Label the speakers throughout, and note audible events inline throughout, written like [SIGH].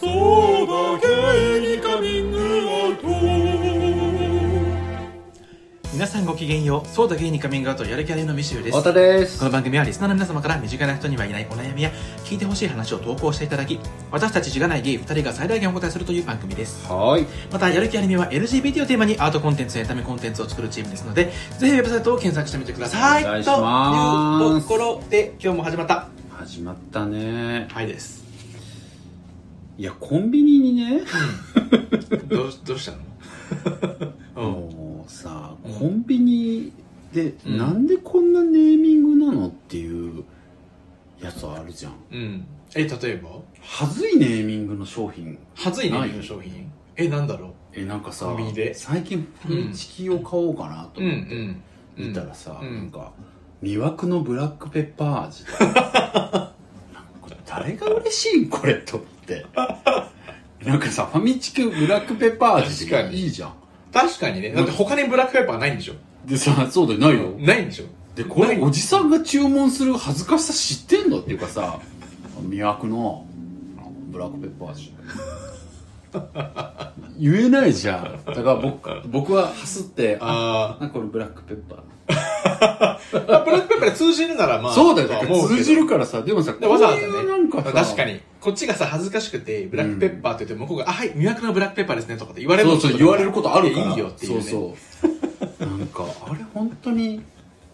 Speaker 1: そうだけにカミングアウト
Speaker 2: 皆さんごきげんようソーダゲイにカミングアウトやる気ありのミシューです
Speaker 3: 太田です
Speaker 2: この番組はリスナーの皆様から身近な人にはいないお悩みや聞いてほしい話を投稿していただき私たちしがないゲイ2人が最大限お答えするという番組です
Speaker 3: はーい
Speaker 2: またやる気アニメは LGBT をテーマにアートコンテンツやエンタメコンテンツを作るチームですのでぜひウェブサイトを検索してみてください
Speaker 3: お願いします
Speaker 2: というところで今日も始まった
Speaker 3: 始まったね
Speaker 2: はいです
Speaker 3: いやコンビニにね
Speaker 2: どうどうしたの
Speaker 3: もうさ
Speaker 2: うん
Speaker 3: コンビニで、
Speaker 2: うん
Speaker 3: なんでこんなネーミングなのっていうやつあるじゃん
Speaker 2: うん、うん、え例えば
Speaker 3: はずいネーミングの商品
Speaker 2: はずいね
Speaker 3: ない
Speaker 2: ビールの商品えなんだろう
Speaker 3: えなんかさ
Speaker 2: コンビニで
Speaker 3: 最近フルチキを買おうかなと
Speaker 2: うんう
Speaker 3: 思って、
Speaker 2: ん
Speaker 3: 見たらさ、
Speaker 2: うん
Speaker 3: なんか魅惑のブラックペッパー [LAUGHS] 味なんかこれ誰が嬉しいんこれと思ってなんかさファミチキブラックペッパー味
Speaker 2: 確かに
Speaker 3: いいじゃん
Speaker 2: 確かにねだって他にブラックペッパーないんでしょ
Speaker 3: でさそうだよないよ
Speaker 2: ないんでしょ
Speaker 3: でこ
Speaker 2: ない
Speaker 3: れおじさんが注文する恥ずかしさ知ってんのっていうかさ魅惑のブラックペッパー [LAUGHS] 味言えないじゃんだから僕僕ははすってあ
Speaker 2: あ
Speaker 3: なんかこれブラックペッパー
Speaker 2: あ、まあブラックペッパーで通じるならまあ
Speaker 3: そうだよ、
Speaker 2: とは
Speaker 3: だから
Speaker 2: 思うけど
Speaker 3: 通じるからさ、でもさ、
Speaker 2: でわざわざね
Speaker 3: こういうなんかさ、
Speaker 2: 確かにこっちがさ恥ずかしくてブラックペッパーって言って向こうが「あはい魅惑のブラックペッパーですね」とかって言われる
Speaker 3: そうそう、言われることあるから。
Speaker 2: いやいいよっていうね
Speaker 3: そうそう。なんか、あれ本当に、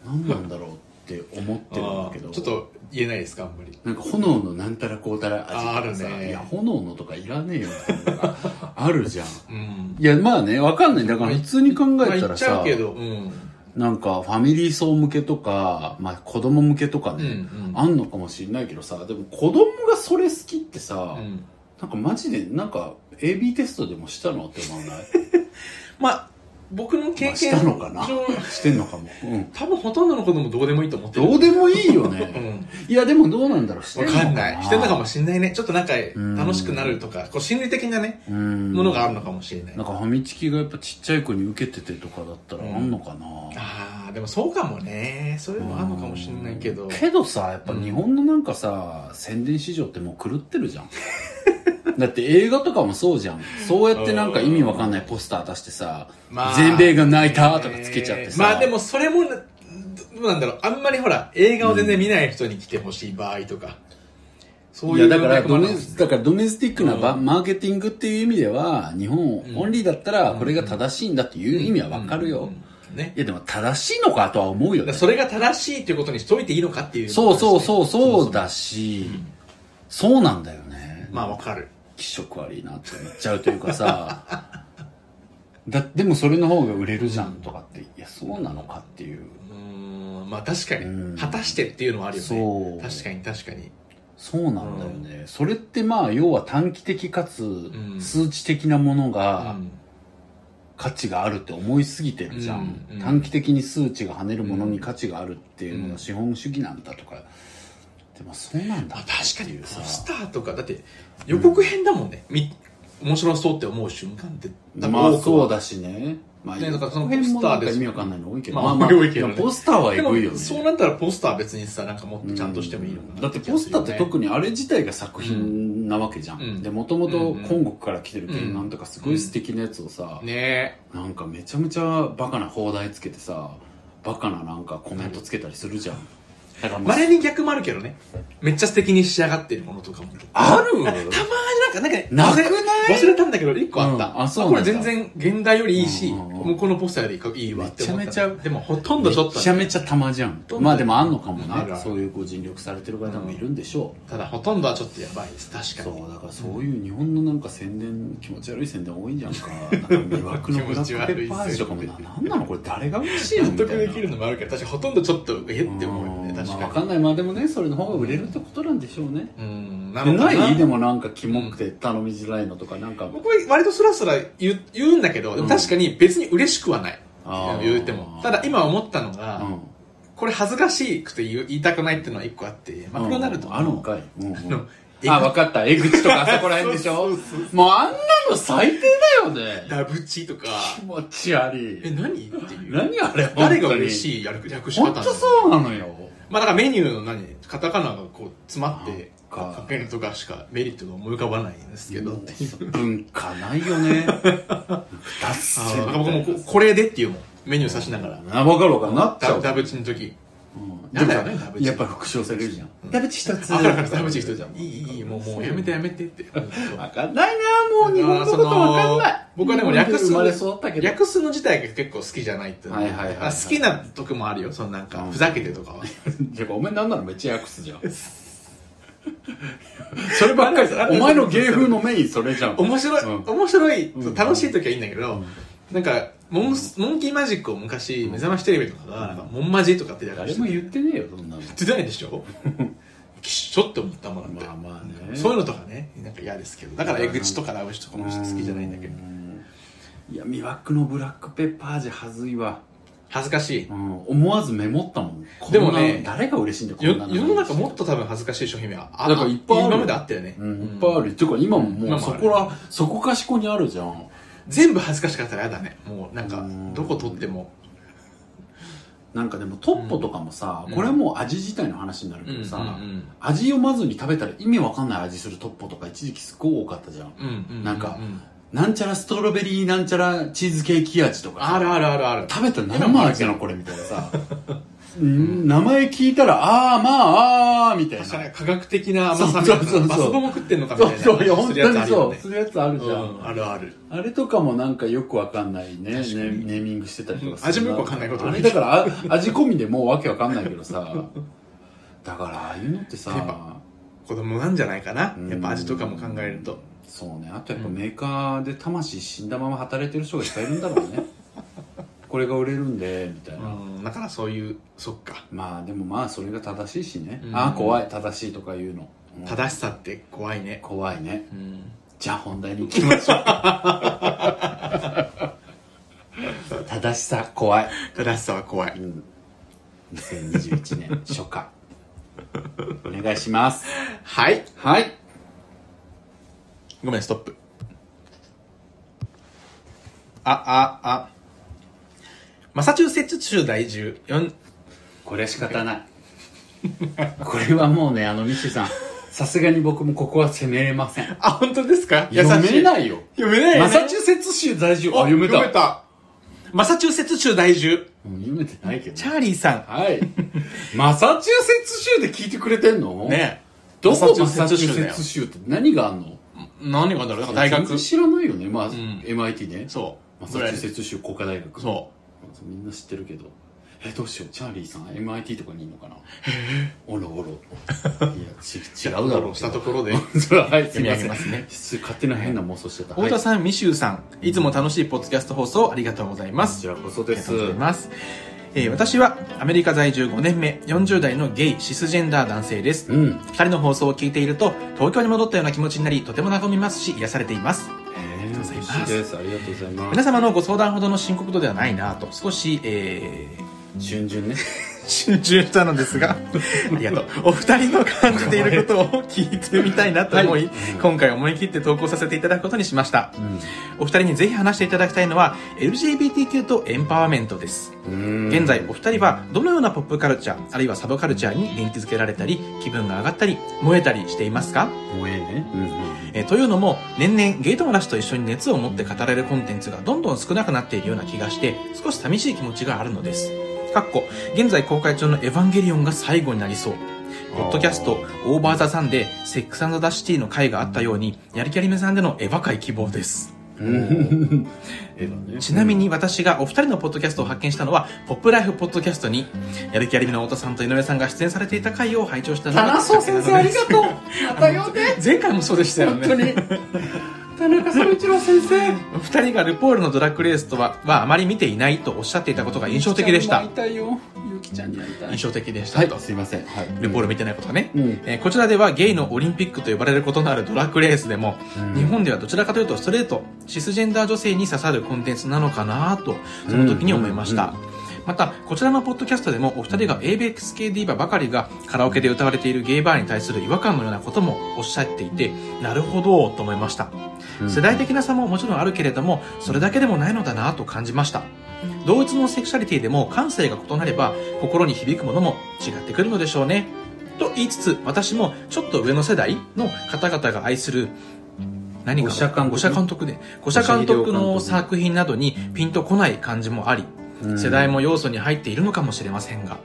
Speaker 3: 何なんだろうって思ってるんだけ
Speaker 2: あ
Speaker 3: ど。
Speaker 2: ーちょっ。と言えないですかあんまり
Speaker 3: なんか炎のなんたらこうたら味とか
Speaker 2: あーあ
Speaker 3: さ、
Speaker 2: るね
Speaker 3: いや炎のとかいらねえよっていうのがあるじゃん
Speaker 2: うん
Speaker 3: いやまあねわかんないだから普通に考
Speaker 2: まあ
Speaker 3: えた
Speaker 2: 言っ
Speaker 3: ら
Speaker 2: ちゃ
Speaker 3: さ
Speaker 2: うけどうん
Speaker 3: なんかファミリー層向けとか、まあ、子供向けとか
Speaker 2: うんう
Speaker 3: ね、
Speaker 2: ん
Speaker 3: あんのかもしれないけどさでも子供がそれ好きってさ、
Speaker 2: うん
Speaker 3: なんかマジでなんか AB テストでもしたのって思わない [LAUGHS]
Speaker 2: まあ僕の経
Speaker 3: ま
Speaker 2: 験
Speaker 3: あしたのかな
Speaker 2: 上
Speaker 3: してんのかも、うん、
Speaker 2: 多分ほとんどの子供どうでもいいと思ってる
Speaker 3: どうでもいいよ
Speaker 2: う
Speaker 3: ね
Speaker 2: ん
Speaker 3: [LAUGHS] いやでもどうなんだろうして
Speaker 2: わ
Speaker 3: んのか
Speaker 2: か
Speaker 3: なん
Speaker 2: ない。してんのかもしんないね。ちょっとなんか
Speaker 3: ん
Speaker 2: 楽しくなるとか、こう心理的なね、
Speaker 3: うん
Speaker 2: ものがあるのかもしれない。
Speaker 3: なんかファミチキがやっぱちっちゃい子に受けててとかだったらあんのかな、
Speaker 2: ああ、でもそうかもね。そういうのはあるのかもしれないけど。
Speaker 3: けどさやっぱ日本のなんかさ、宣伝市場ってもう狂ってるじゃ [LAUGHS] んだって映画とかもそうじゃんそうやってなんか意味わかんないポスター出してさ「
Speaker 2: まあ
Speaker 3: 全米が泣いた」とかつけちゃってさ、
Speaker 2: えーまあでもそれもな、どうなんだろう。あんまりほら、映画を全然見ない人に来てほしい場合とか。そう
Speaker 3: い
Speaker 2: い
Speaker 3: や
Speaker 2: う
Speaker 3: だから
Speaker 2: 文脈も
Speaker 3: ド
Speaker 2: ある
Speaker 3: メだからドメスティックなば、
Speaker 2: う
Speaker 3: マーケティングっていう意味では日本
Speaker 2: ん
Speaker 3: オンリーだったらこれが正しいんだっていう意味はわかるよ、
Speaker 2: うんうんうんね
Speaker 3: い。やでも正しいのかとは思うよね
Speaker 2: だからそれが正しいということにしといていいのかっていう、
Speaker 3: そうそうそう
Speaker 2: も
Speaker 3: そ
Speaker 2: も
Speaker 3: う。だしそうなんだよね
Speaker 2: まあわかる。
Speaker 3: 気色悪いなって思っちゃうというかさだでもそれの方が売れるじゃんとかっていやそうなのかっていう
Speaker 2: うーんまあ確か
Speaker 3: う
Speaker 2: に
Speaker 3: ん
Speaker 2: 果たしてっていうのはあるよ
Speaker 3: そう
Speaker 2: ね確かに確かに
Speaker 3: そうなんだよね、それってまあ要は短期的かつ
Speaker 2: ん
Speaker 3: 数値的なものが、
Speaker 2: うん
Speaker 3: 価値があるって思いすぎてるじゃん、
Speaker 2: うんうん
Speaker 3: 短期的に数値が跳ねるものに価値があるっていうのが資本主義なんだとか、でもそうなんだ
Speaker 2: まあ
Speaker 3: って
Speaker 2: 確か
Speaker 3: い
Speaker 2: に
Speaker 3: う
Speaker 2: ポ
Speaker 3: さ
Speaker 2: スターとかだって予告編だもんね、み面白そうって思う瞬間って多
Speaker 3: まあ
Speaker 2: 分多くは
Speaker 3: そうだしねまあ
Speaker 2: ねだからその
Speaker 3: こ辺もなん
Speaker 2: ポスター
Speaker 3: か
Speaker 2: です
Speaker 3: 意味わかんないの多いけど
Speaker 2: まあ
Speaker 3: まあ
Speaker 2: 多いけどね
Speaker 3: いやポスターはエ
Speaker 2: でも
Speaker 3: グいよね
Speaker 2: そうなったらポスターは別にさなんかもっとちゃんとしてもいいのかな、
Speaker 3: うんだってポスターって特
Speaker 2: に
Speaker 3: にあれ自体が作品なわけじゃん、
Speaker 2: うん
Speaker 3: でもとも
Speaker 2: うん
Speaker 3: と
Speaker 2: うん
Speaker 3: 今国から来てる県なんとかすごい素敵なやつをさ、
Speaker 2: ね
Speaker 3: なんかめちゃめちゃバカな放題つけてさバカななんかコメントつけたりするじゃんだから
Speaker 2: え
Speaker 3: もう
Speaker 2: まれに逆もあるけどねめっちゃ素敵に仕上がってるものとかも
Speaker 3: ある
Speaker 2: たまになんかなんかね
Speaker 3: なくない
Speaker 2: 忘れ忘れたんだけど一個あった、
Speaker 3: うんあそうなんだ
Speaker 2: これ全然現代よりいいし、
Speaker 3: うんうんうん
Speaker 2: もうこのポスターよりいいわって思った
Speaker 3: めちゃめちゃ
Speaker 2: でもほとんどちょっと
Speaker 3: めちゃめちゃ玉じゃん
Speaker 2: どんどん
Speaker 3: まあでもあんのかも
Speaker 2: あるあ
Speaker 3: な
Speaker 2: る
Speaker 3: そういうご尽力されてる方もいるんでしょ
Speaker 2: ただほとんどはちょっとやばいです
Speaker 3: う、
Speaker 2: 確かに
Speaker 3: そうだからそういう日本のなんか宣伝気持ち悪い宣伝多いんじゃんかなんか魅惑
Speaker 2: [LAUGHS]
Speaker 3: のブラックペッパー味とかもななんなのこれ誰が嬉しいの
Speaker 2: 納
Speaker 3: みた
Speaker 2: 得
Speaker 3: いな
Speaker 2: できるのもあるけど確かにほとんどちょっとえって思うよ
Speaker 3: うん
Speaker 2: ね確
Speaker 3: まあ、わ
Speaker 2: か
Speaker 3: か
Speaker 2: に
Speaker 3: んないまあでもねそれの方が売れるってことなんでしょうね、
Speaker 2: うんな
Speaker 3: で
Speaker 2: のか
Speaker 3: ないでもなんかキモくて頼みづらいのとかなんか、
Speaker 2: 僕は割とスラスラ言う言うんだけどでも確かに別に嬉しくはない、
Speaker 3: あー
Speaker 2: 言うてもただ今思ったのが、
Speaker 3: うん
Speaker 2: これ恥ずかしくて言う言いたくないっていうのは一個あってマクドナルド
Speaker 3: うんあるのかい、うんうん
Speaker 2: の
Speaker 3: あ分かった江口とかあそこら辺でし
Speaker 2: そ
Speaker 3: ょ
Speaker 2: うそうそう
Speaker 3: もうあんなの最低だよね
Speaker 2: ダブチとか
Speaker 3: 気持ち悪い
Speaker 2: え何っていう
Speaker 3: 何あれ
Speaker 2: 誰が嬉
Speaker 3: い
Speaker 2: しいやる略し方
Speaker 3: 本
Speaker 2: なの
Speaker 3: 当そうなのよ
Speaker 2: まあだからメニューの何カタカナがこう詰まって
Speaker 3: なんか
Speaker 2: 書けるとかしかメリットが思い浮かばないんですけどっていう
Speaker 3: 文化ないよね脱
Speaker 2: あ
Speaker 3: 線
Speaker 2: ーだから僕もここれでっていうもんメニュー指しながら
Speaker 3: あ分かるわかるなっちゃ
Speaker 2: ダ
Speaker 3: う
Speaker 2: ダブチの時
Speaker 3: うん
Speaker 2: やだよ
Speaker 3: で
Speaker 2: ね
Speaker 3: も
Speaker 2: ダ
Speaker 3: さ
Speaker 2: ブチ
Speaker 3: やっぱ復唱されるじゃん
Speaker 2: ん
Speaker 3: ダブチ一つ
Speaker 2: あからからダブチ一人じゃんいいいいいいもうもうやめてやめてって
Speaker 3: 分かんないなもう日本のこと分かんない
Speaker 2: あその僕はでも略す
Speaker 3: 生まれ育ったけど
Speaker 2: 略すの自体が結構好きじゃないってうの
Speaker 3: はいはいはいはい
Speaker 2: あ好きな時もあるよそのなんか
Speaker 3: うん
Speaker 2: ふざけてとかは
Speaker 3: じゃあお前なんならめっちゃ訳すじゃんそればっかり
Speaker 2: [LAUGHS]
Speaker 3: さお前の芸風のメインそれじゃん
Speaker 2: 面白い、
Speaker 3: うん
Speaker 2: 面白い、
Speaker 3: うん
Speaker 2: 楽しい時はいいんだけど、
Speaker 3: うん
Speaker 2: なんかモン、モンキーマジックを昔、目覚ましテレビとかが、なんかモンマジとかってや
Speaker 3: 誰
Speaker 2: つ
Speaker 3: も
Speaker 2: 言
Speaker 3: 言ってねえよそんなの
Speaker 2: ってないでしょきっしょって思ったもんだって、
Speaker 3: まあまあね
Speaker 2: そういうのとかねなんか嫌ですけどだから江口とかラブシとかも好きじゃないんだけど
Speaker 3: うんいや魅惑のブラックペッパー味はずいわ、
Speaker 2: 恥ずかしい
Speaker 3: うん、思わずメモったもんこんな
Speaker 2: でもね
Speaker 3: 誰が嬉しいんだよ
Speaker 2: よ
Speaker 3: こんな
Speaker 2: 世の中もっと多分恥ずかしい商品名はあ
Speaker 3: だからいっぱいあるよ
Speaker 2: 今まであったよね、
Speaker 3: うん、いっぱいあるっていうか今もも
Speaker 2: 今
Speaker 3: う
Speaker 2: も
Speaker 3: そ
Speaker 2: ある
Speaker 3: こらそこかしこにあるじゃん
Speaker 2: 全部恥ずかしかったら嫌だねもうなん
Speaker 3: う
Speaker 2: か
Speaker 3: ん
Speaker 2: どこ取っても
Speaker 3: なんかでもトッポとかもさ、
Speaker 2: うん
Speaker 3: これはもう味自体の話になるけどさ、
Speaker 2: うん
Speaker 3: 味読まずに食べたら意味わかんない味するトッポとか一時期すごい多かったじゃん
Speaker 2: うんうんうう
Speaker 3: なんかなんちゃらストロベリーなんちゃらチーズケーキ味とかさ
Speaker 2: あるあるあるある
Speaker 3: 食べたら何もあるじゃんこれみたいな
Speaker 2: [LAUGHS]
Speaker 3: さうん名前聞いたらあーまああーみたいな
Speaker 2: 確かに
Speaker 3: そ
Speaker 2: 科学的な甘さみたいな
Speaker 3: そうそうそうそう
Speaker 2: バスボも食ってんのかみたいうな
Speaker 3: そういや
Speaker 2: 話
Speaker 3: 本
Speaker 2: する
Speaker 3: 当
Speaker 2: や
Speaker 3: に
Speaker 2: つあるよ
Speaker 3: そう
Speaker 2: ね
Speaker 3: するやつあるじゃん、
Speaker 2: うんあるある
Speaker 3: あれとかもなんかよくわかんないねねネ
Speaker 2: 確かに
Speaker 3: ーミングしてたりとか
Speaker 2: うん味もよくわかんないこと
Speaker 3: あれだからあ味込みでもうわけわかんないけどさだからああいうのって
Speaker 2: やっ
Speaker 3: さ
Speaker 2: 子供なんじゃないかな
Speaker 3: うん
Speaker 2: やっぱ味とかも考えると
Speaker 3: そうねあとやっぱメーカーで魂死んだまま働いてる人がいっぱいいるんだろうねこれが売れるんでみたいな、
Speaker 2: うんだからそういうそっか
Speaker 3: まあでもまあそれが正しいしね、
Speaker 2: うん
Speaker 3: ああ怖い正しいとか言うの、うん
Speaker 2: 正しさって怖いね
Speaker 3: 怖いね
Speaker 2: うん
Speaker 3: じゃあ本題に行きましょう [LAUGHS] 正しさ怖い、
Speaker 2: 正しさは怖い
Speaker 3: うん、2021年初夏お願いします
Speaker 2: はい
Speaker 3: はい
Speaker 2: ごめんストップあああマサチューセッツ州在住4
Speaker 3: これは仕方ないこれはもうねあのミシさんさすがに僕もここは責めれません
Speaker 2: あ本当ですか優しい
Speaker 3: 読めないよ
Speaker 2: 読めないよね
Speaker 3: マサチューセッツ州在住あ
Speaker 2: あ
Speaker 3: 読めた
Speaker 2: 読めたマサチューセッツ州在住
Speaker 3: うん読めてないけど
Speaker 2: チャーリーさん
Speaker 3: はい。 [LAUGHS] マサチューセッツ州で聞いてくれてんの
Speaker 2: ね
Speaker 3: どこマ
Speaker 2: マ
Speaker 3: サ
Speaker 2: サ
Speaker 3: チ
Speaker 2: チ
Speaker 3: ュ
Speaker 2: ュ
Speaker 3: ー
Speaker 2: ー
Speaker 3: セ
Speaker 2: セ
Speaker 3: ッ
Speaker 2: ッ
Speaker 3: ツ
Speaker 2: ツ
Speaker 3: 州って何があんの
Speaker 2: 何があるんだろうなんか大学
Speaker 3: 全然知らないよね。まあ、
Speaker 2: ん
Speaker 3: MIT ね。
Speaker 2: そう
Speaker 3: マサチューセッツ州工科大学。
Speaker 2: そ
Speaker 3: みんな知ってるけど。え、どうしよう。チャーリーさん、MIT とかにいるのかな [LAUGHS] おろお [LAUGHS] ろ。いや、ち違
Speaker 2: う
Speaker 3: うだろう
Speaker 2: したと
Speaker 3: こ。
Speaker 2: ころで
Speaker 3: [LAUGHS] それは、はい、す
Speaker 2: 読
Speaker 3: み
Speaker 2: み
Speaker 3: ま
Speaker 2: 上
Speaker 3: せ
Speaker 2: げ
Speaker 3: ん。
Speaker 2: ますね
Speaker 3: 失礼勝手な変な妄想してた。
Speaker 2: 太田
Speaker 3: はい
Speaker 2: さん、ミシューさん、いつも楽しいポッドキャスト放送ありがとうございま
Speaker 3: こち
Speaker 2: す。あ
Speaker 3: らこそ
Speaker 2: り
Speaker 3: で
Speaker 2: が
Speaker 3: す
Speaker 2: とう。ございます。えー私はアメリカ在住5年目、40代のゲイ、シスジェンダー男性です。
Speaker 3: うん。へ
Speaker 2: 二人の放送を聞いていると、東京に戻ったような気持ちになり、とても和みますし、癒されています。
Speaker 3: え、嬉しいです。ありがとうございます。
Speaker 2: 皆様のご相談ほどの深刻度ではないなと、少し、えー、
Speaker 3: 順々ね。
Speaker 2: 集中したのです
Speaker 3: [LAUGHS]
Speaker 2: が、ありがとう。お二人の感じていることを聞いてみたいなと思い、今回思い切って投稿させていただくことにしました。お二人にぜひ話していただきたいのは、LGBTQ とエンパワーメントです。
Speaker 3: うん
Speaker 2: 現在、お二人はどのようなポップカルチャー、あるいはサブカルチャーに元気づけられたり、気分が上がったり、燃えたりしていますか
Speaker 3: 萌えね。うんうん
Speaker 2: えーというのも、年々ゲイ友達と一緒に熱を持って語られるコンテンツがどんどん少なくなっているような気がして、少し寂しい気持ちがあるのです。かっこ、現在公開中のエヴァンゲリオンが最後になりそう。ポッドキャスト、オーバーザサンで、セックスザシティの回があったように、やりきゃりめさんでのエヴァ回希望です。
Speaker 3: 絵だね
Speaker 2: ちなみに私がお二人のポッドキャストを発見したのは、ポップライフポッドキャストに、やる気ありみの太田さんと井上さんが出演されていた回を拝聴したの
Speaker 3: 田
Speaker 2: が
Speaker 3: 中
Speaker 2: きっかけ
Speaker 3: 先
Speaker 2: なの
Speaker 3: 生あ
Speaker 2: で
Speaker 3: り
Speaker 2: す
Speaker 3: がとうまた呼んで
Speaker 2: 前回もそうでしたよ
Speaker 3: 本
Speaker 2: ね。
Speaker 3: 当に田中総一郎先生
Speaker 2: お二人がルポールのドラッグレースとははあまり見ていないとおっしゃっていたことが印象的でし
Speaker 3: ゆ
Speaker 2: た
Speaker 3: きちゃんに会いたいよゆきちゃんに会いたい
Speaker 2: 印象的でしたと、
Speaker 3: はいすいませんはい
Speaker 2: ルポール見てないことがね、
Speaker 3: うん
Speaker 2: えーこちらではゲイのオリンピックと呼ばれることのあるドラッグレースでも、
Speaker 3: うん
Speaker 2: 日本ではどちらかというとストレートシスジェンダー女性に刺さるコンテンツなのかなとその時に思いました、また、こちらのポッドキャストでもお二人が ABX 系ディーバばかりがカラオケで歌われているゲイバーに対する違和感のようなこともおっしゃっていて、なるほど、と思いました。
Speaker 3: うん
Speaker 2: 世代的な差ももちろんあるけれども、それだけでもないのだなと感じました。同一のセクシャリティでも感性が異なれば、心に響くものも違ってくるのでしょうね。と言いつつ、私もちょっと上の世代の方々が愛する、何
Speaker 3: 五
Speaker 2: か
Speaker 3: 社監督
Speaker 2: 五社監督で、五社監督の作品などにピンとこない感じもあり、
Speaker 3: うん
Speaker 2: 世代も要素に入っているのかもしれませんが。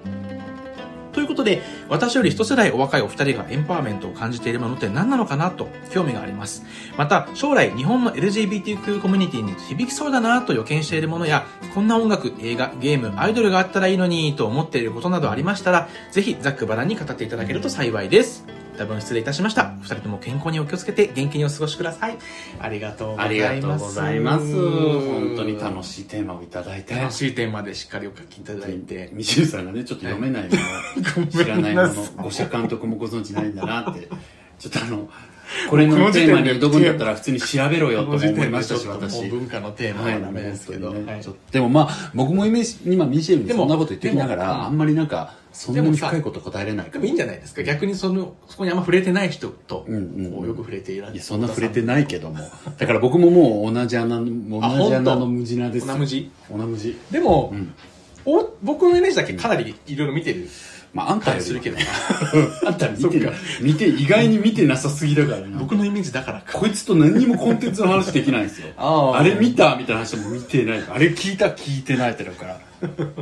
Speaker 2: ということで、私より一世代お若いお二人がエンパワーメントを感じているものって何なのかなと興味があります。また、将来日本の LGBTQ コミュニティに響きそうだなと予見しているものや、こんな音楽、映画、ゲーム、アイドルがあったらいいのにと思っていることなどありましたら、ぜひざっくばらんに語っていただけると幸いです。多分失礼いたしました。お二人とも健康にお気をつけて元気にお過ごしください。ありがとうござ
Speaker 3: ありが
Speaker 2: い
Speaker 3: と
Speaker 2: ま
Speaker 3: う
Speaker 2: す。
Speaker 3: ございます本当に楽しいテーマをいただいて
Speaker 2: 楽しいテーマでしっかりお書きいただいて。
Speaker 3: みちゅうさんがねちょっと読めないもの、知らないもの五社監督もご存知ないんだなってちょっとあ [LAUGHS] のこれのテーマに挑むんだったら普通に調べろよとも思いましたし私
Speaker 2: 文化のテーマ
Speaker 3: は、
Speaker 2: はいダメですけど、
Speaker 3: 本当にね
Speaker 2: はい
Speaker 3: ちょっとでもまあ僕もイメージ今ミシェルに
Speaker 2: でも
Speaker 3: そんなこと言ってきなが
Speaker 2: でもうん
Speaker 3: らあんまりなんかそんな
Speaker 2: でも
Speaker 3: に
Speaker 2: さ
Speaker 3: 深いこと答えれないか
Speaker 2: で
Speaker 3: ら
Speaker 2: もいいんじゃないですか逆にそのそこにあんま触れてない人と、
Speaker 3: うんうんうん
Speaker 2: こうよく触れていらっしゃる
Speaker 3: いやそんな触れてないけどもだから僕ももう同じ穴の同じ穴の無地なです
Speaker 2: あ本当同無地
Speaker 3: 同無地
Speaker 2: でも、
Speaker 3: うん
Speaker 2: お僕のイメージだけかなりいろいろ見てる
Speaker 3: まああんた
Speaker 2: 感
Speaker 3: よ
Speaker 2: じする
Speaker 3: り
Speaker 2: けど、
Speaker 3: [LAUGHS] あんた見て
Speaker 2: そっ
Speaker 3: る
Speaker 2: か
Speaker 3: 見て意外に見てなさすぎだからな
Speaker 2: 僕のイメージだからか
Speaker 3: こいつと何にもコンテンツの話できないんですよ
Speaker 2: [LAUGHS] ああ
Speaker 3: あれ見たみたいな話も見てないあれ聞いた聞いてないってだから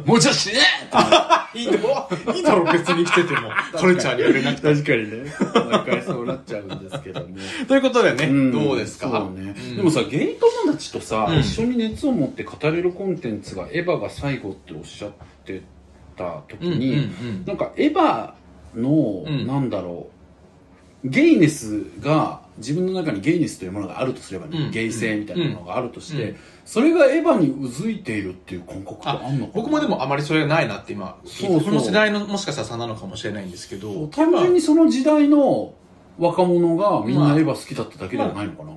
Speaker 3: もうじゃあ死ねってなる
Speaker 2: いいとこいいだろ別に来てて
Speaker 3: [LAUGHS]
Speaker 2: もカルチャーに触れなくて
Speaker 3: 確かにね毎回そうなっちゃうんですけども
Speaker 2: ということでね、
Speaker 3: ん
Speaker 2: どうですか
Speaker 3: そうね
Speaker 2: うん
Speaker 3: でもさゲイ友達とさ、
Speaker 2: うん
Speaker 3: 一緒に熱を持って語れるコンテンツがエヴァが最後っておっしゃってた時
Speaker 2: うんうん
Speaker 3: に、
Speaker 2: うん
Speaker 3: なんかエヴァの、
Speaker 2: うん
Speaker 3: なんだろうゲイネスが自分の中にゲイネスというものがあるとすればね、
Speaker 2: うん
Speaker 3: ゲイ性みたいなものがあるとして、
Speaker 2: うん
Speaker 3: それがエヴァにうずいているっていう感覚ってあんのかな
Speaker 2: 僕もでもあまりそれがないなって今聞いて
Speaker 3: そうそう
Speaker 2: この世代のもしかしたら差なのかもしれないんですけど
Speaker 3: 単純にその時代の若者がみん
Speaker 2: まあ
Speaker 3: なエヴァ好きだっただけではないのかな、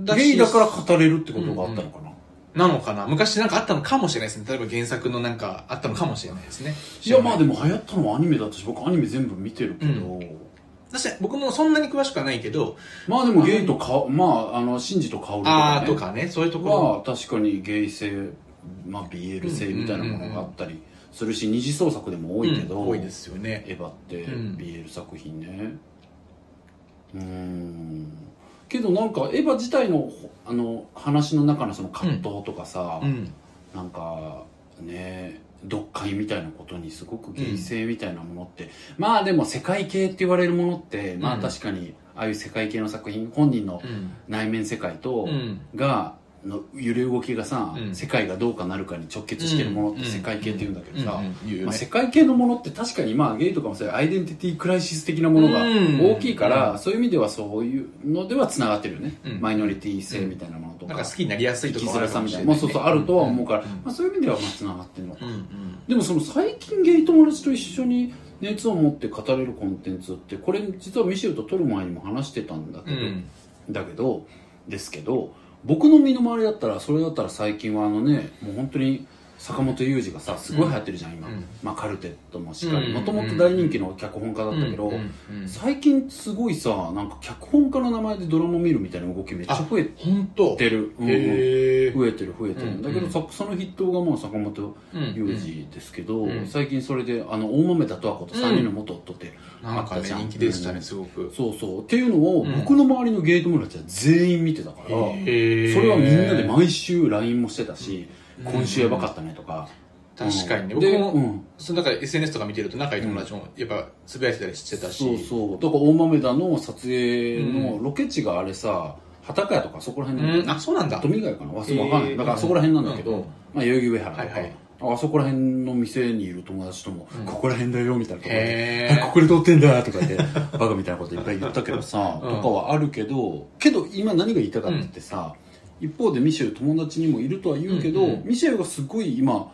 Speaker 2: だし
Speaker 3: ゲイだから語れるってことがあったのかな、
Speaker 2: なのかな昔なんかあったのかもしれないですね。例えば原作のなんかあったのかもしれないですね。
Speaker 3: いやまあでも流行ったのはアニメだったし僕アニメ全部見てるけど、
Speaker 2: 確かに僕もそんなに詳しくはないけど、
Speaker 3: まあでもゲイとかまああのシンジとカオルとか,、
Speaker 2: あ
Speaker 3: ね、
Speaker 2: ーとかね、そういうところ。
Speaker 3: は確かにゲイ性、まあ、BL 性みたいなものがあったりするし、二次創作でも多いけど、
Speaker 2: うん多いですよね。
Speaker 3: エヴァって
Speaker 2: うん
Speaker 3: BL 作品ねうーんけどなんかエヴァ自体のあの話の中のその葛藤とかさ、
Speaker 2: うん。
Speaker 3: なんかね読解みたいなことにすごく厳正みたいなものって、まあでも世界系って言われるものって、まあ
Speaker 2: うん
Speaker 3: 確かにああいう世界系の作品本人の
Speaker 2: うん。
Speaker 3: 内面世界と、
Speaker 2: うん。
Speaker 3: がの揺れ動きがさ、
Speaker 2: うん
Speaker 3: 世界がどうかなるかに直結してるものって世界系って言うんだけどさ、
Speaker 2: うんうん言うよ
Speaker 3: まあ、
Speaker 2: ね
Speaker 3: 世界系のものって確かにまあゲイとかもそういうアイデンティティクライシス的なものが
Speaker 2: うん
Speaker 3: 大きいから、そういう意味ではそういうのではつながってるよね、
Speaker 2: うん
Speaker 3: マイノリティ性みたいなものとか、
Speaker 2: なんか好きになりやすい
Speaker 3: 生
Speaker 2: と
Speaker 3: き
Speaker 2: か
Speaker 3: づらさみたいな、
Speaker 2: も
Speaker 3: まあ、
Speaker 2: し
Speaker 3: そう
Speaker 2: れいね
Speaker 3: そうあるとは思うから、
Speaker 2: ん
Speaker 3: まあ、そういう意味ではまあつながってるのか、
Speaker 2: うんうん。
Speaker 3: でもその最近ゲイ友達と一緒に熱を持って語れるコンテンツってこれ実はミシェルと撮る前にも話してたんだけ
Speaker 2: う
Speaker 3: ど、
Speaker 2: ん。
Speaker 3: だけどですけど僕の身の回りだったらそれだったら最近はあのねもう本当に坂本雄二がさすごい流行ってるじゃん今、
Speaker 2: うん
Speaker 3: まあ、カルテットもしっか
Speaker 2: う
Speaker 3: り
Speaker 2: ん
Speaker 3: もともと大人気の脚本家だったけど、
Speaker 2: うんうんうん
Speaker 3: 最近すごいさなんか脚本家の名前でドラマ見るみたいな動きめっちゃ増え
Speaker 2: ほんと。
Speaker 3: てる、うん
Speaker 2: へー
Speaker 3: 増えてる増えてる、
Speaker 2: うん
Speaker 3: だけどさその筆頭がもう坂本
Speaker 2: うん
Speaker 3: 雄二ですけど、
Speaker 2: うん
Speaker 3: 最近それであの大豆田十和子と3人の元夫って
Speaker 2: な
Speaker 3: あ
Speaker 2: ん
Speaker 3: った
Speaker 2: かね、
Speaker 3: じゃん、
Speaker 2: 人気でしたね、
Speaker 3: うん
Speaker 2: すごく。
Speaker 3: そうそうっていうのを
Speaker 2: うん
Speaker 3: 僕の周りのゲイ友達は全員見てたから、
Speaker 2: へー
Speaker 3: それはみんなで毎週 LINE もしてたし、
Speaker 2: うん
Speaker 3: 今週やばかったねとか、
Speaker 2: 確かにね。
Speaker 3: うん
Speaker 2: 僕
Speaker 3: で
Speaker 2: も、
Speaker 3: うん
Speaker 2: そのだから SNS とか見てると仲いい友達もやっぱつぶやいてたりしてたし。
Speaker 3: そうそうだから大豆田の撮影のロケ地があれさ畑屋とかそこら辺
Speaker 2: う
Speaker 3: の
Speaker 2: ん、あ、そうなんだ。
Speaker 3: 富ヶ谷かなわそうわかんな
Speaker 2: え
Speaker 3: い
Speaker 2: ー
Speaker 3: だからそこら辺なんだけど、
Speaker 2: うんうん
Speaker 3: まあ、代々木上原とか、
Speaker 2: はいはい
Speaker 3: あそこら辺の店にいる友達とも、ここら辺だよみたいなところ
Speaker 2: へ
Speaker 3: で
Speaker 2: ー
Speaker 3: あここで撮ってんだとか言って [LAUGHS] バカみたいなこといっぱい言ったけどさ、
Speaker 2: うん
Speaker 3: とかはあるけどけど今何が言いたかったってさ、一方でミシェル友達にもいるとは言うけど、
Speaker 2: うんうん
Speaker 3: ミシェルがすごい今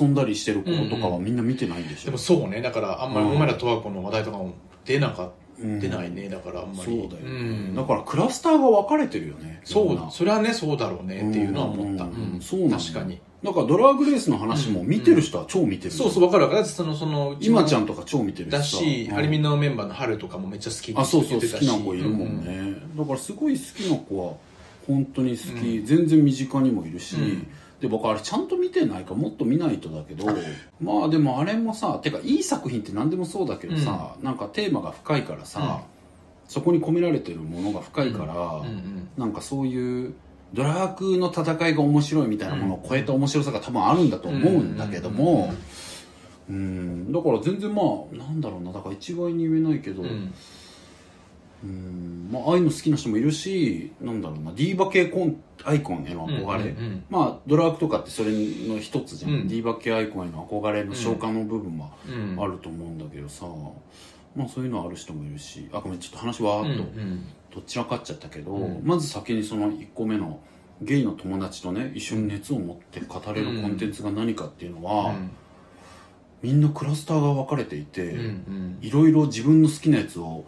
Speaker 3: 遊んだりしてる子とかはみんな見てないんでし
Speaker 2: で
Speaker 3: ょ、
Speaker 2: もそうねだからあんまり
Speaker 3: うん
Speaker 2: お前ら十和子の話題とかも出なかっ
Speaker 3: うん
Speaker 2: 出ないねだからあんま
Speaker 3: そう
Speaker 2: り
Speaker 3: だよ、
Speaker 2: ん
Speaker 3: だからクラスターが分かれてるよね
Speaker 2: そ
Speaker 3: みんな
Speaker 2: うそれはねそうだろうねっていうのは思った、
Speaker 3: うん
Speaker 2: うん
Speaker 3: そうなんだ
Speaker 2: 確かに
Speaker 3: なんかドラグレースの話も見てる人は超見てる、
Speaker 2: そうそう、わかるわかる。だってその、その、
Speaker 3: 今ちゃ
Speaker 2: ん
Speaker 3: んとか超見てる
Speaker 2: だし、アルミ
Speaker 3: の
Speaker 2: のメンバーの春とかもめっちゃ好きって
Speaker 3: あそうそう
Speaker 2: 言っ
Speaker 3: 好
Speaker 2: てた
Speaker 3: き
Speaker 2: し
Speaker 3: な子いるもん
Speaker 2: う
Speaker 3: ね、だからすごい好きな子は本当に好き、全然身近にもいるし、
Speaker 2: うん
Speaker 3: で僕あれちゃんと見てないからもっと見ないとだけどまあでもあれもさてかいい作品って何でもそうだけどさ、なんかテーマが深いからさ、そこに込められてるものが深いから、
Speaker 2: うんうん
Speaker 3: なんかそういうドラクの戦いが面白いみたいなものを超えた面白さが多分あるんだと思うんだけどもうんだから全然まあなんだろうなだから一概に言えないけど、
Speaker 2: うんうん
Speaker 3: うんまあ、ああいうの好きな人もいるしなんだろうなディーバ系コンアイコンへの憧れ、
Speaker 2: うんうんうん
Speaker 3: まあドラクとかってそれの一つじゃん、
Speaker 2: うん
Speaker 3: ディーバ系アイコンへの憧れの消化の部分も
Speaker 2: うん
Speaker 3: あると思うんだけどさ、まあそういうのある人もいるしあごめんちょっと話わ
Speaker 2: うん
Speaker 3: ーっと
Speaker 2: うん
Speaker 3: どちらかっちゃったけど、
Speaker 2: うん
Speaker 3: まず先にその1個目のゲイの友達とね一緒に熱を持って語れるコンテンツが何かっていうのは、みんなクラスターが分かれていて、
Speaker 2: うんうん
Speaker 3: いろいろ自分の好きなやつを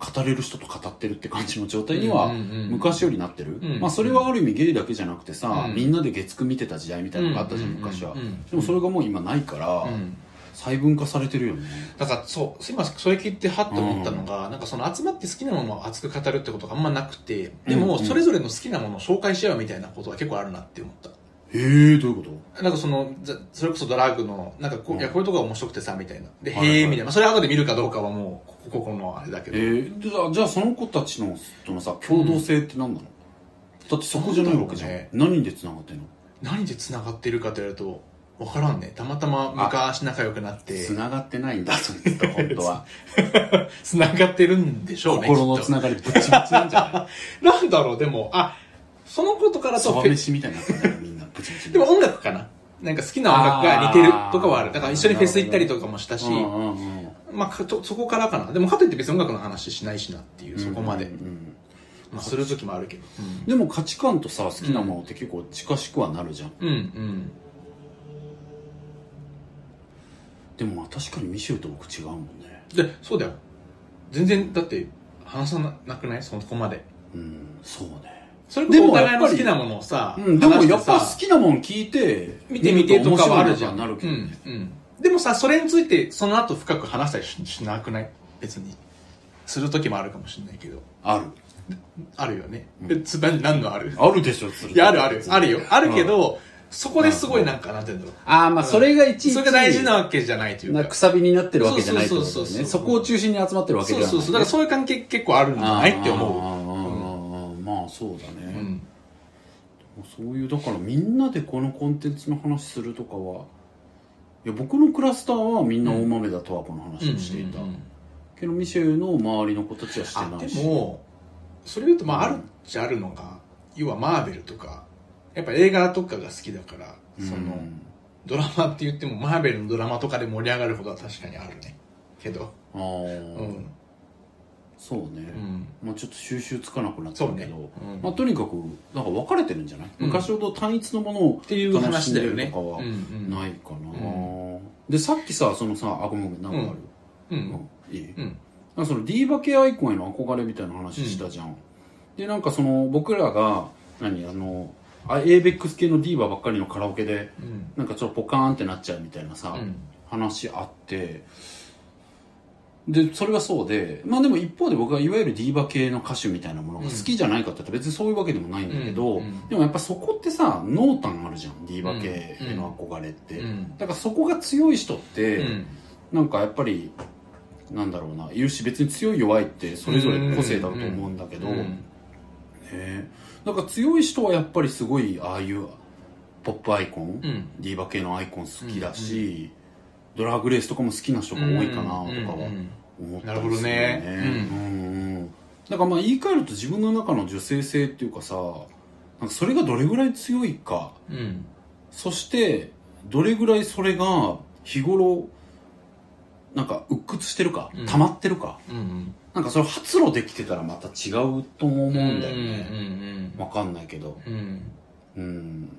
Speaker 3: 語れる人と語ってるって感じの状態には
Speaker 2: うんうんうん
Speaker 3: 昔よりなってる、
Speaker 2: うん
Speaker 3: まあ、それはある意味ゲイだけじゃなくてさ、
Speaker 2: うん
Speaker 3: みんなで月9見てた時代みたいなのがあったじゃん
Speaker 2: うんうんうんうん
Speaker 3: 昔は、でもそれがもう今ないから、
Speaker 2: うん
Speaker 3: 細分化されてるよね
Speaker 2: だからそう今それ聞いてはっと思ったのが、なんかその集まって好きなものを熱く語るってことがあんまなくてでも、
Speaker 3: うんうん
Speaker 2: それぞれの好きなものを紹介し合うみたいなことは結構あるなって思った
Speaker 3: へえどういうこと
Speaker 2: なんかそのざそれこそドラッグのなんかこう、
Speaker 3: うん
Speaker 2: いやこういうとこが面白くてさみたいなで、
Speaker 3: はいはい
Speaker 2: へえみたいなまあそれ後で見るかどうかはもうここここのあれだけ
Speaker 3: え
Speaker 2: ど、
Speaker 3: ー、でじゃあじゃあその子たちのとのさ共同性って何なの、だってそこじゃないわけじゃん、
Speaker 2: なんだ
Speaker 3: 何でつながってんの
Speaker 2: 何で繋がってるかと言われると分からんねたまたま昔仲良くなって
Speaker 3: つながってないんだと思った本当 [LAUGHS] は
Speaker 2: 繋がってるんでしょうね
Speaker 3: 心の
Speaker 2: きっ
Speaker 3: つ
Speaker 2: と
Speaker 3: ながりぶっちぶちなんじゃない
Speaker 2: なんだろうでもあそのことから
Speaker 3: [LAUGHS] そ
Speaker 2: と
Speaker 3: ば
Speaker 2: フェ
Speaker 3: 飯みたいになってんだよみんなぶちぶち
Speaker 2: でも音楽かな。なんか好きな音楽が似てるとかはあ
Speaker 3: あ
Speaker 2: る。
Speaker 3: ー
Speaker 2: だから一緒にフェス行ったりとかもしたし、
Speaker 3: うんうんうん
Speaker 2: まあかとそこからかな。でもかといって別に音楽の話しないしなっていう、そこまで。
Speaker 3: うんうんうん
Speaker 2: まあする時もあるけど。
Speaker 3: でも価値観とさ好きなものって結構近しくはなるじゃん、
Speaker 2: うん、うん、
Speaker 3: でもまあ確かにミシェルと僕違うもんね
Speaker 2: うん。で、そうだよ。全然、だって話さなくないそのとこまで。
Speaker 3: うんそうね
Speaker 2: それこそ
Speaker 3: で
Speaker 2: お
Speaker 3: もやっぱ
Speaker 2: 互
Speaker 3: り
Speaker 2: いの好きなものをさ、
Speaker 3: うんでも
Speaker 2: 話して
Speaker 3: やっぱ
Speaker 2: さ
Speaker 3: 好きなもん聞いて
Speaker 2: 見てみてとかはあるじゃん。
Speaker 3: 見ると面白いなるけどね、
Speaker 2: うん、うん。でもさ、それについてその後深く話したりししなくない別に。する時もあるかもしれないけど。
Speaker 3: ある
Speaker 2: あるよね。えつば何のある
Speaker 3: あるでしょそれ
Speaker 2: いや、あるある。あるよ。あるけど、そこですごいなんか、なんていうんだろ。
Speaker 3: ああまあそれがいうちいち
Speaker 2: それが大事なわけじゃないという
Speaker 3: な
Speaker 2: か。
Speaker 3: くさびになってるわけじゃないってこ
Speaker 2: そう
Speaker 3: と
Speaker 2: そうそう
Speaker 3: だよ
Speaker 2: そう
Speaker 3: ねそこを中心に集まってるわけ
Speaker 2: そ
Speaker 3: ではな
Speaker 2: う
Speaker 3: い
Speaker 2: そうそう。だからそういう関係結構あるんじゃないって思
Speaker 3: 思うまあそうだ
Speaker 2: う。う
Speaker 3: ね、
Speaker 2: ん。
Speaker 3: そういうだからみんなでこのコンテンツの話するとかはいや僕のクラスターはみんな大豆だとはこの話をしていた、
Speaker 2: うん
Speaker 3: けどミシェルの周りの子たちはして
Speaker 2: あ、
Speaker 3: な
Speaker 2: で
Speaker 3: いし
Speaker 2: も、それ言うと、まあ、あるっちゃあるのが、要はマーベルとか、やっぱ映画とかが好きだから、その、ドラマって言っても、マーベルのドラマとかで盛り上がることは確かにあるね。けど、
Speaker 3: あー
Speaker 2: うん。
Speaker 3: そうね
Speaker 2: う、ん。
Speaker 3: まあ、ちょっと収集つかなくなっちゃ
Speaker 2: そ
Speaker 3: う
Speaker 2: う
Speaker 3: け
Speaker 2: ね
Speaker 3: ど、。
Speaker 2: うん
Speaker 3: まあ、
Speaker 2: っ
Speaker 3: とにかくなんか分かれてるんじゃない、
Speaker 2: うん
Speaker 3: 昔ほど単一のものを
Speaker 2: ていう話だよね。
Speaker 3: 楽しんでるとかは
Speaker 2: うんうん
Speaker 3: ないかな、
Speaker 2: う
Speaker 3: でさっきさそのさあごめんごめんなんかある、
Speaker 2: う
Speaker 3: うん
Speaker 2: ん。
Speaker 3: いい、
Speaker 2: うん。
Speaker 3: なんかそのディーバ系アイコンへの憧れみたいな話したじゃん、でなんかその僕らが何あのあエイベックス系のディーバばっかりのカラオケで
Speaker 2: うん。
Speaker 3: なんかちょっとポカーンってなっちゃうみたいなさ、
Speaker 2: うん。
Speaker 3: 話あってでそれはそうでまあでも一方で僕はいわゆるディーバ系の歌手みたいなものが好きじゃないかって言ったら別にそういうわけでもないんだけど、
Speaker 2: うんうん
Speaker 3: でもやっぱそこってさ濃淡あるじゃんディーバ系への憧れって、
Speaker 2: うん
Speaker 3: だからそこが強い人って、
Speaker 2: うん
Speaker 3: なんかやっぱりなんだろうないるし別に強い弱いってそれぞれ個性だと思うんだけど、
Speaker 2: うん
Speaker 3: ねなんか強い人はやっぱりすごいああいうポップアイコン、
Speaker 2: うん
Speaker 3: ディーバ系のアイコン好きだし、ドラグレースとかも好きな人が多いかなとかは思ったりするよね
Speaker 2: なるほどねう
Speaker 3: うんうんだからまあ言い換えると自分の中の女性性っていうかさなんかそれがどれぐらい強いか
Speaker 2: うん
Speaker 3: そしてどれぐらいそれが日頃なんか鬱屈してるか、
Speaker 2: うん
Speaker 3: 溜まってるか
Speaker 2: うん
Speaker 3: なんかそれ発露できてたらまた違うとも思うんだよ
Speaker 2: う
Speaker 3: ね、
Speaker 2: ん
Speaker 3: わかんないけど
Speaker 2: うんうん
Speaker 3: うん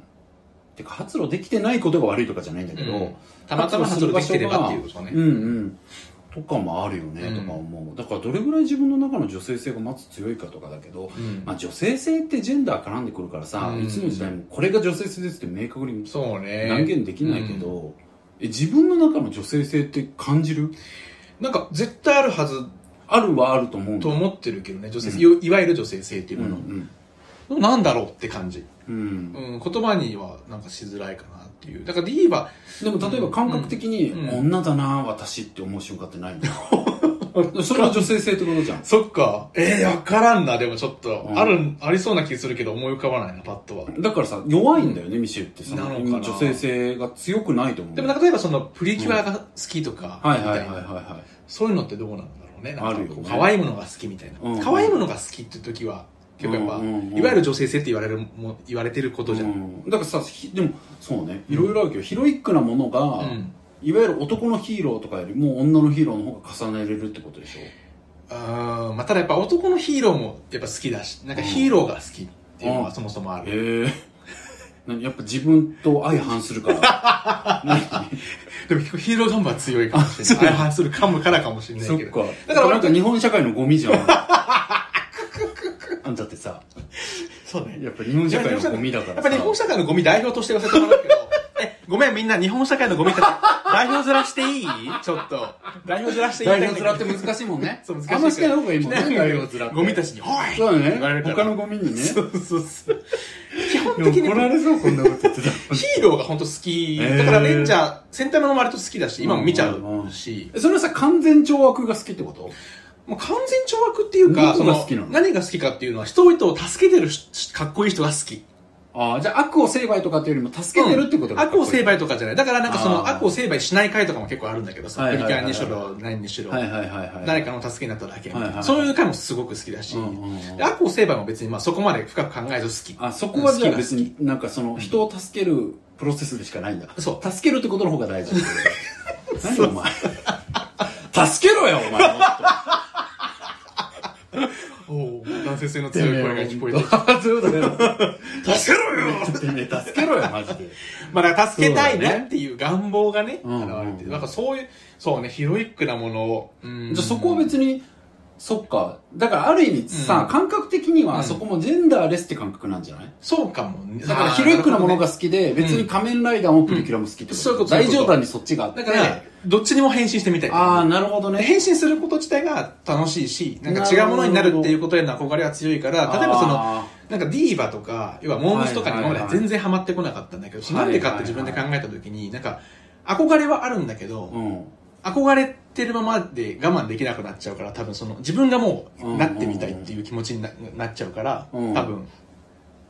Speaker 3: てか発露できてないことが悪いとかじゃないんだけど、
Speaker 2: うんたまたま発露できてればっていうことね
Speaker 3: うんうんとかもあるよね
Speaker 2: うん
Speaker 3: とか思う、だからどれぐらい自分の中の女性性がまず強いかとかだけど、
Speaker 2: うん
Speaker 3: まあ、女性性ってジェンダー絡んでくるからさ、
Speaker 2: うん
Speaker 3: いつの時代もこれが女性性ですって明確に
Speaker 2: そうね
Speaker 3: 断言できないけど、え自分の中の女性性って感じる
Speaker 2: なんか絶対あるはず
Speaker 3: あるはあると思うんだ
Speaker 2: と思ってるけどね女性性、
Speaker 3: う
Speaker 2: いわゆる女性性っていう
Speaker 3: う
Speaker 2: もの、
Speaker 3: ん
Speaker 2: なんだろうって感じ、
Speaker 3: うんうん
Speaker 2: うん、言葉にはなんかしづらいかなっていうだから D は
Speaker 3: でも例えば感覚的に、
Speaker 2: うんうん
Speaker 3: 女だな私って思う瞬間って
Speaker 2: [LAUGHS]
Speaker 3: ないんだそれは女性性ってことじゃん
Speaker 2: そっかえー、分からんなでもちょっと、
Speaker 3: うん
Speaker 2: あるありそうな気するけど思い浮かばないなパッとは
Speaker 3: だからさ弱いんだよね、ミシェルってそ
Speaker 2: なの
Speaker 3: の
Speaker 2: かな
Speaker 3: 女性性が強くないと思う
Speaker 2: でもなんか例えばそのプリキュアが好きとか、
Speaker 3: はい
Speaker 2: み
Speaker 3: はい
Speaker 2: た
Speaker 3: はいい
Speaker 2: な
Speaker 3: はいは
Speaker 2: そういうのってどうなんだろうねなんか
Speaker 3: あるよね
Speaker 2: 可愛いものが好きみたいな、
Speaker 3: うん
Speaker 2: 可愛いものが好きって時は結構やっぱ、
Speaker 3: うんうんうん
Speaker 2: いわゆる女性性って言われるも言われてるこ
Speaker 3: い
Speaker 2: とじゃん、
Speaker 3: うんだからさひでもそうね
Speaker 2: うん
Speaker 3: いろいろあるけど、ヒロイックなものが、
Speaker 2: うん
Speaker 3: いわゆる男のヒーローとかよりも女のヒーローの方が重ねれるってことでしょ
Speaker 2: あーまあ、ただやっぱ男のヒーローもやっぱ好きだし、なんかヒーローが好きっていうの
Speaker 3: う
Speaker 2: は
Speaker 3: ん
Speaker 2: そもそもあ
Speaker 3: へ
Speaker 2: る。
Speaker 3: え [LAUGHS] 何やっぱ自分と相反するから
Speaker 2: [LAUGHS]
Speaker 3: 何
Speaker 2: でも結構ヒーローガンバは強いかもしれない。相反するかむからかもしれな
Speaker 3: そ
Speaker 2: い
Speaker 3: っ
Speaker 2: けど。
Speaker 3: か
Speaker 2: だ
Speaker 3: だ
Speaker 2: か
Speaker 3: からら
Speaker 2: 割と
Speaker 3: なんか日本社会のゴミじゃん [LAUGHS] あんだってさ
Speaker 2: そうね。
Speaker 3: やっぱ日本社会のゴミだから
Speaker 2: やっ
Speaker 3: さ
Speaker 2: ぱ日本社会のゴミ代表として言わせてもらうけど、え、ごめんみんな日本社会のゴミって代表ずらしていいちょっと。代表ずらしていい
Speaker 3: 代表面って難しいもんね
Speaker 2: [LAUGHS] そう難しい。
Speaker 3: あんましない方がいいもんね
Speaker 2: しない
Speaker 3: 代表面って
Speaker 2: ゴミたちに、おい
Speaker 3: そうだ
Speaker 2: 言われ
Speaker 3: ね
Speaker 2: るか
Speaker 3: 他
Speaker 2: ら
Speaker 3: のゴミにね
Speaker 2: そうそうそう。基本的
Speaker 3: で
Speaker 2: に
Speaker 3: も怒られそうこんなこと言
Speaker 2: [LAUGHS]
Speaker 3: ってたら
Speaker 2: ヒーローが本当好き。
Speaker 3: えー
Speaker 2: だからレンジャー、戦隊ものも割と好きだし、今も見ちゃうし、
Speaker 3: えそれはさ完全懲悪が好きってこと
Speaker 2: もう完全懲悪っていうか、
Speaker 3: 何が好き
Speaker 2: そ
Speaker 3: な
Speaker 2: の
Speaker 3: の
Speaker 2: 何が好きかっていうのは、人々を助けてるしかっこいい人が好き。
Speaker 3: ああじゃあ悪を成敗とかっていうよりも助けてるってことが
Speaker 2: 悪を成
Speaker 3: 敗
Speaker 2: 敗とかじゃない。だからなんかその
Speaker 3: あー
Speaker 2: 悪を成敗しない回とかも結構あるんだけどさ、
Speaker 3: はい
Speaker 2: プ
Speaker 3: はい
Speaker 2: リ
Speaker 3: はい
Speaker 2: キュ
Speaker 3: はい
Speaker 2: アにしろ、何にしろ、
Speaker 3: はいはいはいはい
Speaker 2: 誰かの助けになっただけみたいな、
Speaker 3: はいはい
Speaker 2: そういう回もすごく好きだし、
Speaker 3: うんうんうん
Speaker 2: で悪を成敗も別にまあそこまで深く考えず好き。
Speaker 3: あそこはじゃあ別
Speaker 2: 好き
Speaker 3: になんかその人を助けるプロセスでしかないんだ
Speaker 2: そう
Speaker 3: 助けるってことの方が大
Speaker 2: [LAUGHS]
Speaker 3: 事何お前助けろよお前もっ
Speaker 2: が好き。おー男性性の
Speaker 3: と
Speaker 2: 強い声が聞こえてき
Speaker 3: そうだよ
Speaker 2: [LAUGHS] た。助けろよ
Speaker 3: てめえ助けろよマジで
Speaker 2: まあだから助けたいなっていう願望がね、
Speaker 3: そうだねうんうん
Speaker 2: 現れてる。なんかそういう、そうね、ヒロイックなものを。うん
Speaker 3: じゃあそこは別にそっかだからある意味さ、感覚的に
Speaker 2: う
Speaker 3: は
Speaker 2: ん
Speaker 3: そこもジェンダーレスって感覚なんじゃない
Speaker 2: そうかもね。
Speaker 3: だからヒロイックなものが
Speaker 2: あー
Speaker 3: 好きで、別に仮面ライダーもプリキュラも好きって
Speaker 2: そういうことそういう
Speaker 3: 大
Speaker 2: こと
Speaker 3: 冗談にそっちがあって
Speaker 2: だから、どっちにも変身してみたい。
Speaker 3: ああなるほどね
Speaker 2: 変身すること自体が楽しいし、なんか違うものになるっていうことへの憧れは強いから、例えばその、
Speaker 3: あ
Speaker 2: なんかディーバとか、要はモームスとかに今ま
Speaker 3: はいはい
Speaker 2: で
Speaker 3: はい
Speaker 2: 全然ハマってこなかったんだけど、な
Speaker 3: はい
Speaker 2: ん
Speaker 3: はいは
Speaker 2: で
Speaker 3: い
Speaker 2: かって自分で考えた時に、なんか、憧れはあるんだけ
Speaker 3: ー
Speaker 2: ど、
Speaker 3: うん
Speaker 2: 憧れてるままで我慢できなくなっちゃうから、多分その、自分がも
Speaker 3: うんうんう
Speaker 2: うんなってみたいっていう気持ちにななっちゃうから、
Speaker 3: うん
Speaker 2: 多分、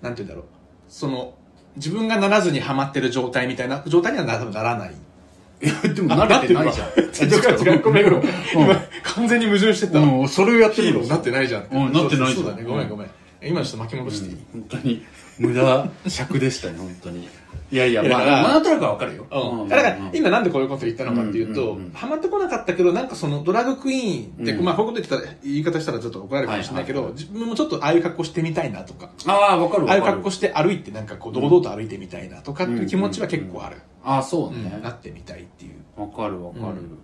Speaker 2: なんて言うんだろう。その、自分がならずにハマってる状態みたいな状態にはな多分ならない。
Speaker 3: [LAUGHS] でも慣れてないじゃん。
Speaker 2: [LAUGHS]
Speaker 3: [LAUGHS]
Speaker 2: 違う違う、ごめんごめん。今、完全に矛盾してた。
Speaker 3: うん、それをやって
Speaker 2: ヒ
Speaker 3: る
Speaker 2: ー
Speaker 3: の
Speaker 2: ローなってないじゃん
Speaker 3: うんなってないじ
Speaker 2: そ
Speaker 3: ゃん
Speaker 2: うだねごめんごめん今の人巻き戻していい
Speaker 3: 本当に、無駄尺でしたね、本当に。いやいや、
Speaker 2: い
Speaker 3: ま
Speaker 2: や
Speaker 3: あ、
Speaker 2: だから
Speaker 3: なんとなくはわかるよ。
Speaker 2: うん
Speaker 3: うん
Speaker 2: だから
Speaker 3: うん
Speaker 2: 今なんでこういうこと言ったのかっていう
Speaker 3: う
Speaker 2: と
Speaker 3: んうんうん
Speaker 2: ハマってこなかったけどなんかそのドラッグクイーンって
Speaker 3: うん
Speaker 2: まあこういうこと言ってたら言い方したらちょっと怒られるかもしれないけ
Speaker 3: は
Speaker 2: ど
Speaker 3: いは
Speaker 2: 自分もちょっとああいう格好してみたいなとか
Speaker 3: ああ、わかるわか
Speaker 2: ああい
Speaker 3: る。
Speaker 2: う格好して歩いてなんかこう堂々と歩いてみたいなとかっていう気持ちは結構ある
Speaker 3: ああ、そう
Speaker 2: うん
Speaker 3: ね。
Speaker 2: なってみたいっていう
Speaker 3: わかるわか
Speaker 2: う
Speaker 3: る
Speaker 2: ん。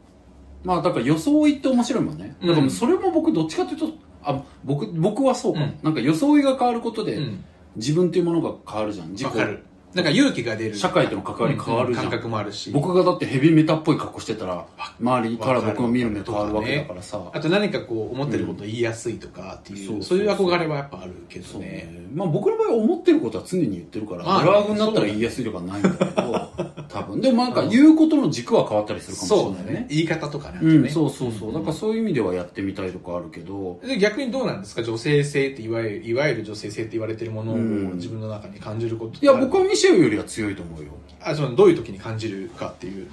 Speaker 3: まあ、だから予想いって面白いもんね。だからもうそれも僕、どっちかというと、あ、僕、僕はそうかも
Speaker 2: うん。
Speaker 3: なんか装いが変わること
Speaker 2: う
Speaker 3: で、
Speaker 2: ん
Speaker 3: 自分というものが変わるじゃん。自
Speaker 2: わ
Speaker 3: 己
Speaker 2: かるなんか勇気が出る
Speaker 3: 社会との関わり変わるじゃ
Speaker 2: うん
Speaker 3: ん
Speaker 2: 感。覚もあるし
Speaker 3: 僕がだってヘビメタっぽい格好してたら、周りから僕を見る目変わるわけだからさ。
Speaker 2: あと何かこう思ってることを言いやすいとかっていう、
Speaker 3: うん
Speaker 2: そういう憧れはやっぱあるけど
Speaker 3: そうね
Speaker 2: ね。、
Speaker 3: まあ僕の場合は思ってることは常に言ってるから、
Speaker 2: まあね
Speaker 3: ドラグになったら言いやすいとかないんだけど、 [LAUGHS] 多分。でもなんか言うことの軸は変わったりするかもし
Speaker 2: そう
Speaker 3: れ
Speaker 2: だ
Speaker 3: ない
Speaker 2: ね
Speaker 3: ね。。
Speaker 2: 言い方とかなんか
Speaker 3: うん、
Speaker 2: ね。
Speaker 3: そうそうそう。だからそういう意味ではやってみたいとかあるけど、
Speaker 2: で逆にどうなんですか女性性っていわゆる、いわゆる女性性って言われてるものを
Speaker 3: うん
Speaker 2: 自分の中に感じること
Speaker 3: いや、僕はミシェルよりは強いと思うよ。
Speaker 2: あ、そのどういう時に感じるかっていう。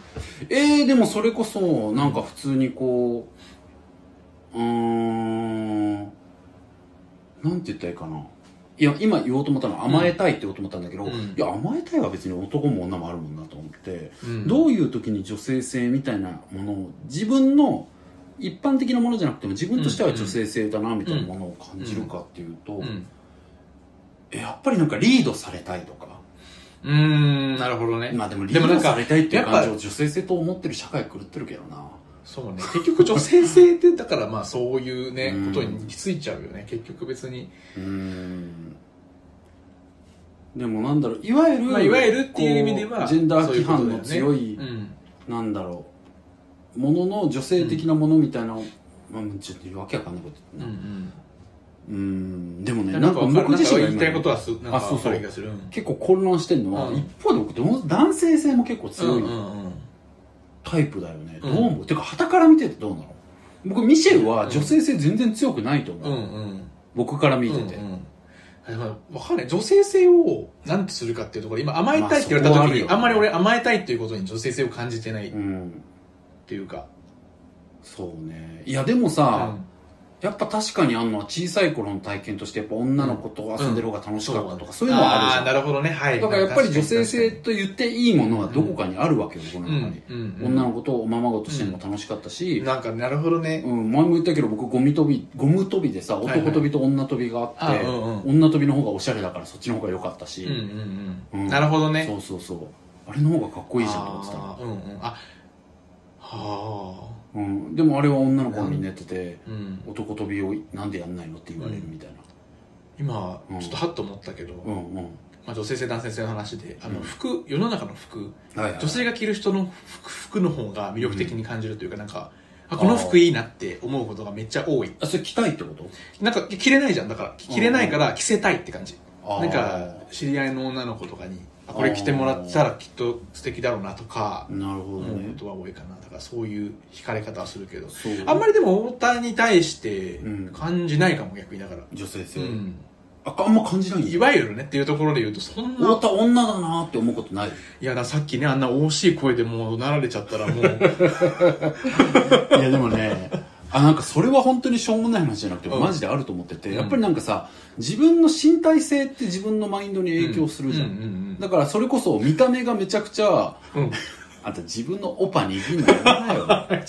Speaker 3: えー、でもそれこそ、なんか普通にこう、うーん、なんて言ったらいいかな。いや、今言おうと思ったのは甘えたいって言おうと思ったんだけど、
Speaker 2: うん
Speaker 3: いや、甘えたいは別に男も女もあるもんなと思って、
Speaker 2: うん
Speaker 3: どういう時に女性性みたいなものを自分の一般的なものじゃなくても自分としては女性性だなみたいなものを感じるかっていうと、
Speaker 2: うん。
Speaker 3: えやっぱりなんかリードされたいとか
Speaker 2: うーん、なるほどね。
Speaker 3: まあでもリ
Speaker 2: でも
Speaker 3: ー
Speaker 2: なん
Speaker 3: ド
Speaker 2: か
Speaker 3: されたいっていう感
Speaker 2: や
Speaker 3: 情
Speaker 2: っ
Speaker 3: を女性性と思ってる社会狂ってるけどな
Speaker 2: そうね結局女性性ってだからまあそういうね
Speaker 3: うん
Speaker 2: ことに行き着いちゃうよね結局別に、
Speaker 3: うーんでもなんだろういわゆる、
Speaker 2: まあ、いわゆるっていう意味で
Speaker 3: こ
Speaker 2: は
Speaker 3: うジェンダー
Speaker 2: そうい
Speaker 3: 規
Speaker 2: うこと
Speaker 3: 範
Speaker 2: だ
Speaker 3: の
Speaker 2: よね
Speaker 3: 強い
Speaker 2: うん
Speaker 3: なんだろうものの女性的なものみたいな、まあ、ちょっとわけわかんないこと
Speaker 2: うんう
Speaker 3: 言ってうー
Speaker 2: ん
Speaker 3: んでもね
Speaker 2: な
Speaker 3: なんんか
Speaker 2: か分かる
Speaker 3: 僕
Speaker 2: なん
Speaker 3: 自
Speaker 2: か
Speaker 3: 身が
Speaker 2: 言い
Speaker 3: 今
Speaker 2: たいことはすなんか
Speaker 3: あそう
Speaker 2: 分
Speaker 3: そ
Speaker 2: か
Speaker 3: う
Speaker 2: る気がするうん
Speaker 3: 結構混乱してるのは、
Speaker 2: うん
Speaker 3: 一方で僕どう男性性も結構強い
Speaker 2: うんうんうん
Speaker 3: タイプだよね、
Speaker 2: うん
Speaker 3: どう思うてか傍から見ててどうなの僕ミシェルは女性性全然強くないと思
Speaker 2: う
Speaker 3: う、
Speaker 2: んうん
Speaker 3: 僕から見てて、
Speaker 2: うんうんでもわかんない女性性を何とするかっていうところ今甘えたいって言われた
Speaker 3: まあそこはあ
Speaker 2: 時
Speaker 3: る
Speaker 2: に、
Speaker 3: よ
Speaker 2: あんまり俺甘えたいっていうことに女性性を感じてないっ
Speaker 3: うん
Speaker 2: ていうか、
Speaker 3: そうねいやでもさ、やっぱ確かにあんのは小さい頃の体験としてやっぱ女の子と遊んでる方が楽しかったとか、そういうのはあ
Speaker 2: ー
Speaker 3: るじ
Speaker 2: な
Speaker 3: ゃん
Speaker 2: るほどねはい
Speaker 3: だからやっぱり女性性
Speaker 2: 確
Speaker 3: と言っていいものはどこかにあるわけよ、
Speaker 2: か
Speaker 3: こ
Speaker 2: に
Speaker 3: の
Speaker 2: 確
Speaker 3: 中
Speaker 2: か
Speaker 3: に
Speaker 2: に、うんうんうん
Speaker 3: 女の子とおままごとしてるのも楽しかったし、
Speaker 2: なんかなるほどね、
Speaker 3: うん前も言ったけど僕ゴミ飛びゴム飛びでさ
Speaker 2: いはい
Speaker 3: 男飛びと女飛びがあって、
Speaker 2: あうんうん
Speaker 3: 女飛びの方がおしゃれだからそっちの方が良かったし、
Speaker 2: うんうんうん
Speaker 3: うん
Speaker 2: なるほどね
Speaker 3: そうそうそうあれの方がかっこいいじゃんと思ってた
Speaker 2: あ
Speaker 3: の
Speaker 2: ーうんうんあはあ
Speaker 3: うん、でもあれは女の子がみんなやってて、
Speaker 2: うん
Speaker 3: 男飛びをなんでやんないのって言われるみたいな、
Speaker 2: 今
Speaker 3: うん
Speaker 2: ちょっとハッと思ったけど、
Speaker 3: うん
Speaker 2: ま
Speaker 3: うん
Speaker 2: あ、女性性男性性の話であの
Speaker 3: うん
Speaker 2: 服、世の中の服
Speaker 3: はいはい
Speaker 2: 女性が着る人の服服の方が魅力的に感じるというか、なんかあこの服いいなって思うことがめっちゃ多い
Speaker 3: あそれ着たいってこと
Speaker 2: なんか着れないじゃんだから着れないから着せたいって感じ
Speaker 3: あー
Speaker 2: なんか知り合いの女の子とかにあこれ着てもらったらきっと素敵だろうなとか
Speaker 3: なるほど
Speaker 2: 思う
Speaker 3: ね、
Speaker 2: ことは多いかなだからそういう惹かれ方はするけど
Speaker 3: そう
Speaker 2: あんまりでも太田に対して
Speaker 3: うん
Speaker 2: 感じないかも逆にだから、
Speaker 3: 女性性、
Speaker 2: うん、
Speaker 3: ああんま感じない
Speaker 2: い
Speaker 3: よ
Speaker 2: わゆるねっていうところで言うとそん
Speaker 3: 太
Speaker 2: な
Speaker 3: 田女だなって思うことない
Speaker 2: いやださっきねあんな惜しい声でもうなられちゃったら [LAUGHS] もう
Speaker 3: いやでもね、あ、なんかそれは本当にしょうもない話じゃなくて、
Speaker 2: うん
Speaker 3: マジであると思ってて、
Speaker 2: うん
Speaker 3: やっぱりなんかさ、自分の身体性って自分のマインドに影響するじゃん。
Speaker 2: うんうんうん
Speaker 3: だからそれこそ見た目がめちゃくちゃ、
Speaker 2: うん、 [LAUGHS]
Speaker 3: あんた自分のオパに行くんだよなよ。
Speaker 2: だから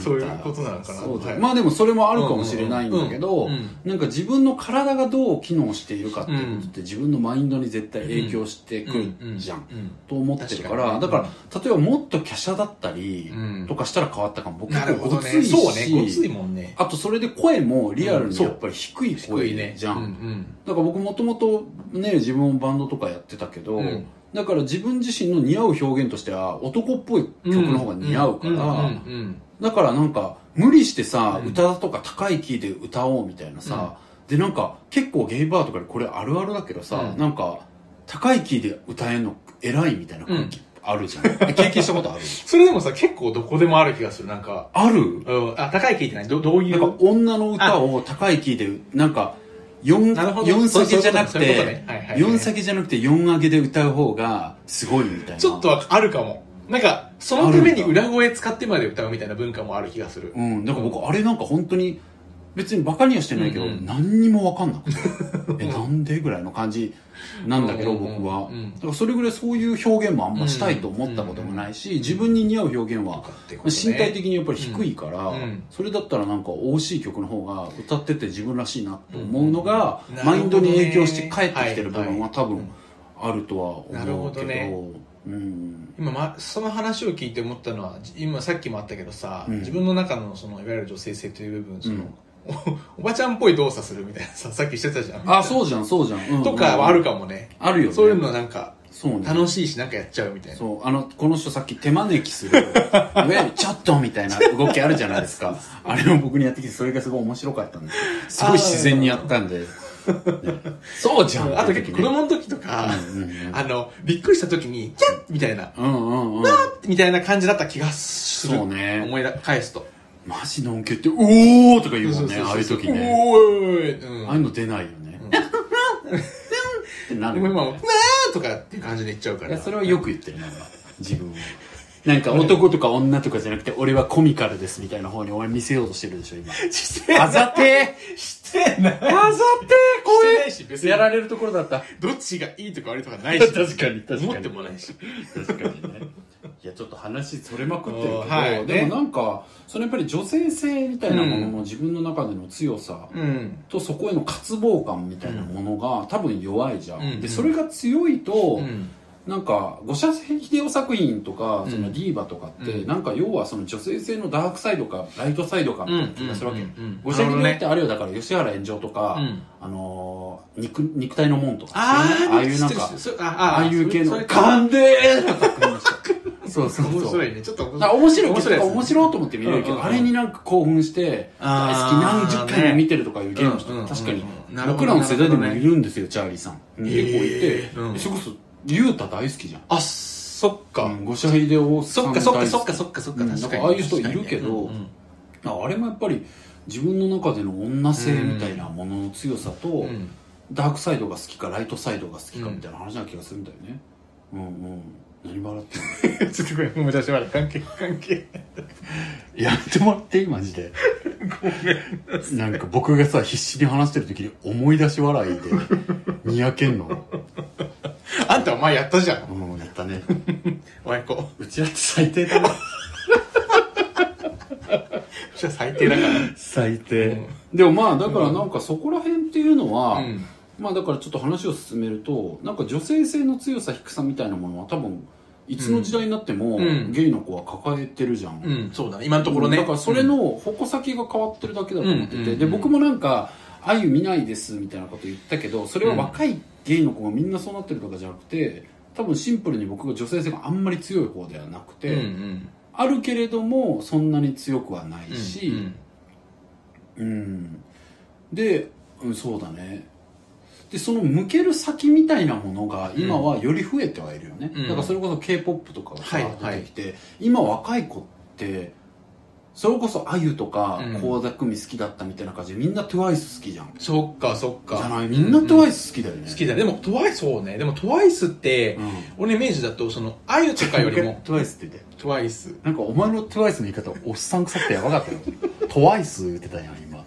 Speaker 2: そういう [LAUGHS] ことなのかな
Speaker 3: そうだよ
Speaker 2: はい
Speaker 3: まあでもそれもあるかもしれないんだけど、
Speaker 2: うんうんうん
Speaker 3: なんか自分の体がどう機能しているかっていうことって自分のマインドに絶対影響してくるじゃん。
Speaker 2: うんうん
Speaker 3: と思ってるから
Speaker 2: 確かに
Speaker 3: だから例えばもっと華奢だったり
Speaker 2: うん
Speaker 3: とかしたら変わったかも、僕
Speaker 2: なる
Speaker 3: 結
Speaker 2: ほ
Speaker 3: 構
Speaker 2: ど
Speaker 3: ご
Speaker 2: ね
Speaker 3: ついし、
Speaker 2: そうねごついもんね
Speaker 3: あとそれで声もリアル
Speaker 2: うん
Speaker 3: に
Speaker 2: そう
Speaker 3: やっぱり低い
Speaker 2: 低いね
Speaker 3: 声じゃん、
Speaker 2: うんうん
Speaker 3: だから僕もともとね自分もバンドとかやってたけど、
Speaker 2: うん
Speaker 3: だから自分自身の似合う表現としては男っぽい曲の方が似合うから、
Speaker 2: うんうんうん
Speaker 3: だからなんか無理してさ、
Speaker 2: うん
Speaker 3: 歌とか高いキーで歌おうみたいなさ、でなんか結構ゲイバーとかでこれあるあるだけどさ、
Speaker 2: うん
Speaker 3: なんか高いキーで歌えんの偉いみたいな空気あるじゃん、え経験したことある
Speaker 2: それでもさ結構どこでもある気がするなんか
Speaker 3: あ
Speaker 2: [LAUGHS]
Speaker 3: る
Speaker 2: うんあ高い聞いてないどどうい
Speaker 3: なん
Speaker 2: う
Speaker 3: か女の歌を高いキーでなんか 4,
Speaker 2: なるほど
Speaker 3: 4先じゃなく
Speaker 2: そういうことね
Speaker 3: て
Speaker 2: はいはいはい
Speaker 3: 4先じゃなくて4上げで歌う方がすごいみたいな
Speaker 2: ちょっとはあるかも。なんか、そのために裏声使ってまで歌うみたいな文化もある気がする。
Speaker 3: うんだから僕あれなんか本当に別にバカにはしてないけど、
Speaker 2: うんうん
Speaker 3: 何にも分かんなくて
Speaker 2: [LAUGHS]
Speaker 3: えなんでぐらいの感じなんだけど
Speaker 2: うんうんうん
Speaker 3: 僕は、
Speaker 2: うん
Speaker 3: だからそれぐらいそういう表現もあんましたいと思ったこともないし、自分に似合う表現は
Speaker 2: ってことね
Speaker 3: 身体的にやっぱり低いから、
Speaker 2: うんうん
Speaker 3: それだったらなんか惜しい曲の方が歌ってて自分らしいなと思うのが、
Speaker 2: うん
Speaker 3: マインドに影響して
Speaker 2: なる
Speaker 3: 帰
Speaker 2: ほど
Speaker 3: っ
Speaker 2: ね
Speaker 3: てきてる部分は多
Speaker 2: はいはい
Speaker 3: 分あるとは
Speaker 2: なる
Speaker 3: 思
Speaker 2: ほ
Speaker 3: うけ
Speaker 2: ど
Speaker 3: ど,、
Speaker 2: ね
Speaker 3: うん
Speaker 2: 今、ま、その話を聞いて思ったのは、じ今さっきもあったけどさ、
Speaker 3: うん
Speaker 2: 自分の中のその、いわゆる女性性という部分、その、
Speaker 3: うん
Speaker 2: おおばちゃんっぽい動作するみたいなさ、さっきしてたじゃん。
Speaker 3: あそうじゃんそうじゃん、うん
Speaker 2: とかはあるかもね。
Speaker 3: あるよね
Speaker 2: そういうのなんか、
Speaker 3: そうね
Speaker 2: 楽しいしなんかやっちゃうみたいな。
Speaker 3: そう、あの、この人さっき手招きする、い
Speaker 2: [LAUGHS]
Speaker 3: わゆるちょっとみたいな動きあるじゃないですか。あれを僕にやってきて、それがすごい面白かったんですすごい自然にやった
Speaker 2: [LAUGHS]
Speaker 3: んで。ねそうじゃん
Speaker 2: あと結構子供の時とか、
Speaker 3: うんうんうん
Speaker 2: あの、びっくりした時に、キャッみたいな、
Speaker 3: うんうんうん。
Speaker 2: みたいな感じだった気がする。
Speaker 3: そうね
Speaker 2: 思い出返すと。
Speaker 3: マジのんけって、うおーとか言うもんね、ああいう時ね。
Speaker 2: おーいうん
Speaker 3: ああいうの出ないよね。ってな
Speaker 2: で
Speaker 3: る
Speaker 2: も
Speaker 3: よね。
Speaker 2: 今も、なーとかっていう感じで言っちゃうか
Speaker 3: い
Speaker 2: ら。
Speaker 3: やそれはよく言ってるなんか自分をなんか男とか女とかじゃなくて俺はコミカルですみたいな方に俺見せようとしてるでしょ [LAUGHS] 今
Speaker 2: してない
Speaker 3: あざてー
Speaker 2: してない。
Speaker 3: あざてー
Speaker 2: して
Speaker 3: 怖
Speaker 2: ない
Speaker 3: え
Speaker 2: し、別に
Speaker 3: やられるところだった
Speaker 2: どっちがいいとか悪いとかないし。
Speaker 3: かに確
Speaker 2: 思ってもないし。
Speaker 3: 確かにねいやちょっと話それまくってるけど、
Speaker 2: うんはい
Speaker 3: でもなんかそのやっぱり女性性みたいなもの
Speaker 2: う
Speaker 3: の自分の中での強さ、
Speaker 2: うん。
Speaker 3: とそこへの渇望感みたいなものが多分弱いじゃん、
Speaker 2: うん
Speaker 3: でそれが強いと、
Speaker 2: うん。
Speaker 3: なんか五社秀夫作品とか
Speaker 2: うん
Speaker 3: そのディーバとかって、
Speaker 2: うん
Speaker 3: なんか要はその女性性のダークサイドかライトサイドかみたいな気がするわけ、
Speaker 2: うんうんうんうん
Speaker 3: 五社秀夫
Speaker 2: なるほどね
Speaker 3: ってあれよだから吉原炎上とか、
Speaker 2: うん
Speaker 3: あのー肉肉体の門とか
Speaker 2: あー
Speaker 3: ああいうなんか
Speaker 2: 知ってる知ってるああ
Speaker 3: ああいう系の
Speaker 2: それそれ
Speaker 3: 勘でーな作品でしたそうそうそう
Speaker 2: 面白いねちょっと面
Speaker 3: だから
Speaker 2: 白い
Speaker 3: 面白い
Speaker 2: 面白いですね
Speaker 3: 面白いと思って見れるけど、
Speaker 2: うんうんうん
Speaker 3: あれになんか興奮して大好き
Speaker 2: あ
Speaker 3: 何
Speaker 2: ー
Speaker 3: 十回も見てるとかいう芸の人、
Speaker 2: ね
Speaker 3: 確かに
Speaker 2: うんうんうんなるほ
Speaker 3: 僕
Speaker 2: ど
Speaker 3: らの世代でも
Speaker 2: なるほどね
Speaker 3: いるんですよ、チャーリーさんに
Speaker 2: へー
Speaker 3: こういて、
Speaker 2: うん
Speaker 3: それこそ竜太大好きじゃん
Speaker 2: あそっか
Speaker 3: うんご社秀夫さ
Speaker 2: そ
Speaker 3: ん
Speaker 2: っ
Speaker 3: 大好
Speaker 2: か
Speaker 3: き
Speaker 2: そっかそっかそっかそっか
Speaker 3: うん
Speaker 2: 確
Speaker 3: なん
Speaker 2: か
Speaker 3: か
Speaker 2: に
Speaker 3: ああいう人いるけど
Speaker 2: うんうん
Speaker 3: あれもやっぱり自分の中での女性みたいなものの強さと、
Speaker 2: うん
Speaker 3: ダークサイドが好きかライトサイドが好きかみたいな話な気がするんだよねうんうん何笑ってんの
Speaker 2: ちょっとこれもう出し笑い関係関係
Speaker 3: やってもらってマジでなんか僕がさ必死に話してる時に思い出し笑いでにやけんの
Speaker 2: あんたお前やったじゃん
Speaker 3: うんやったね
Speaker 2: 親子
Speaker 3: うちらって最低だな
Speaker 2: じゃ最低だから
Speaker 3: 最低、でもまあだからなんかそこら辺っていうのは、
Speaker 2: うん
Speaker 3: まあだからちょっと話を進めるとなんか女性性の強さ低さみたいなものは多分いつの時代になっても、
Speaker 2: うん
Speaker 3: ゲイの子は抱えてるじゃん、
Speaker 2: うんそうだね今のところね
Speaker 3: だからそれの矛先が変わってるだけだと思ってて、
Speaker 2: うんうんうん
Speaker 3: で僕もなんか「あゆ見ないです」みたいなこと言ったけどそれは若いゲイの子がみんなそうなってるとかじゃなくて多分シンプルに僕が女性性があんまり強い方ではなく
Speaker 2: う
Speaker 3: て、
Speaker 2: んうん
Speaker 3: あるけれどもそんなに強くはないし、
Speaker 2: うん
Speaker 3: うん、で、うん、そうだねでその向ける先みたいなものが今はより増えてはいるよね、
Speaker 2: うん
Speaker 3: だからそれこそ k p o p とかがさ
Speaker 2: はいはい
Speaker 3: 出てきて、今若い子ってそれこそあゆとか
Speaker 2: うん
Speaker 3: 倖田來未好きだったみたいな感じでみんな TWICE 好きじゃん
Speaker 2: そっかそっ
Speaker 3: じ
Speaker 2: か
Speaker 3: ゃないみんな
Speaker 2: うんうん
Speaker 3: TWICE 好きだよね、
Speaker 2: 好きだねでもトワイスそうねでもトワイスって
Speaker 3: うん
Speaker 2: 俺のイメージだとそのあゆとかよ
Speaker 3: [LAUGHS]
Speaker 2: りも
Speaker 3: TWICE って言って
Speaker 2: トワイス
Speaker 3: なんかお前の TWICE の言い方おっさんくさくてやばかったよ TWICE 言ってたやん今ちょ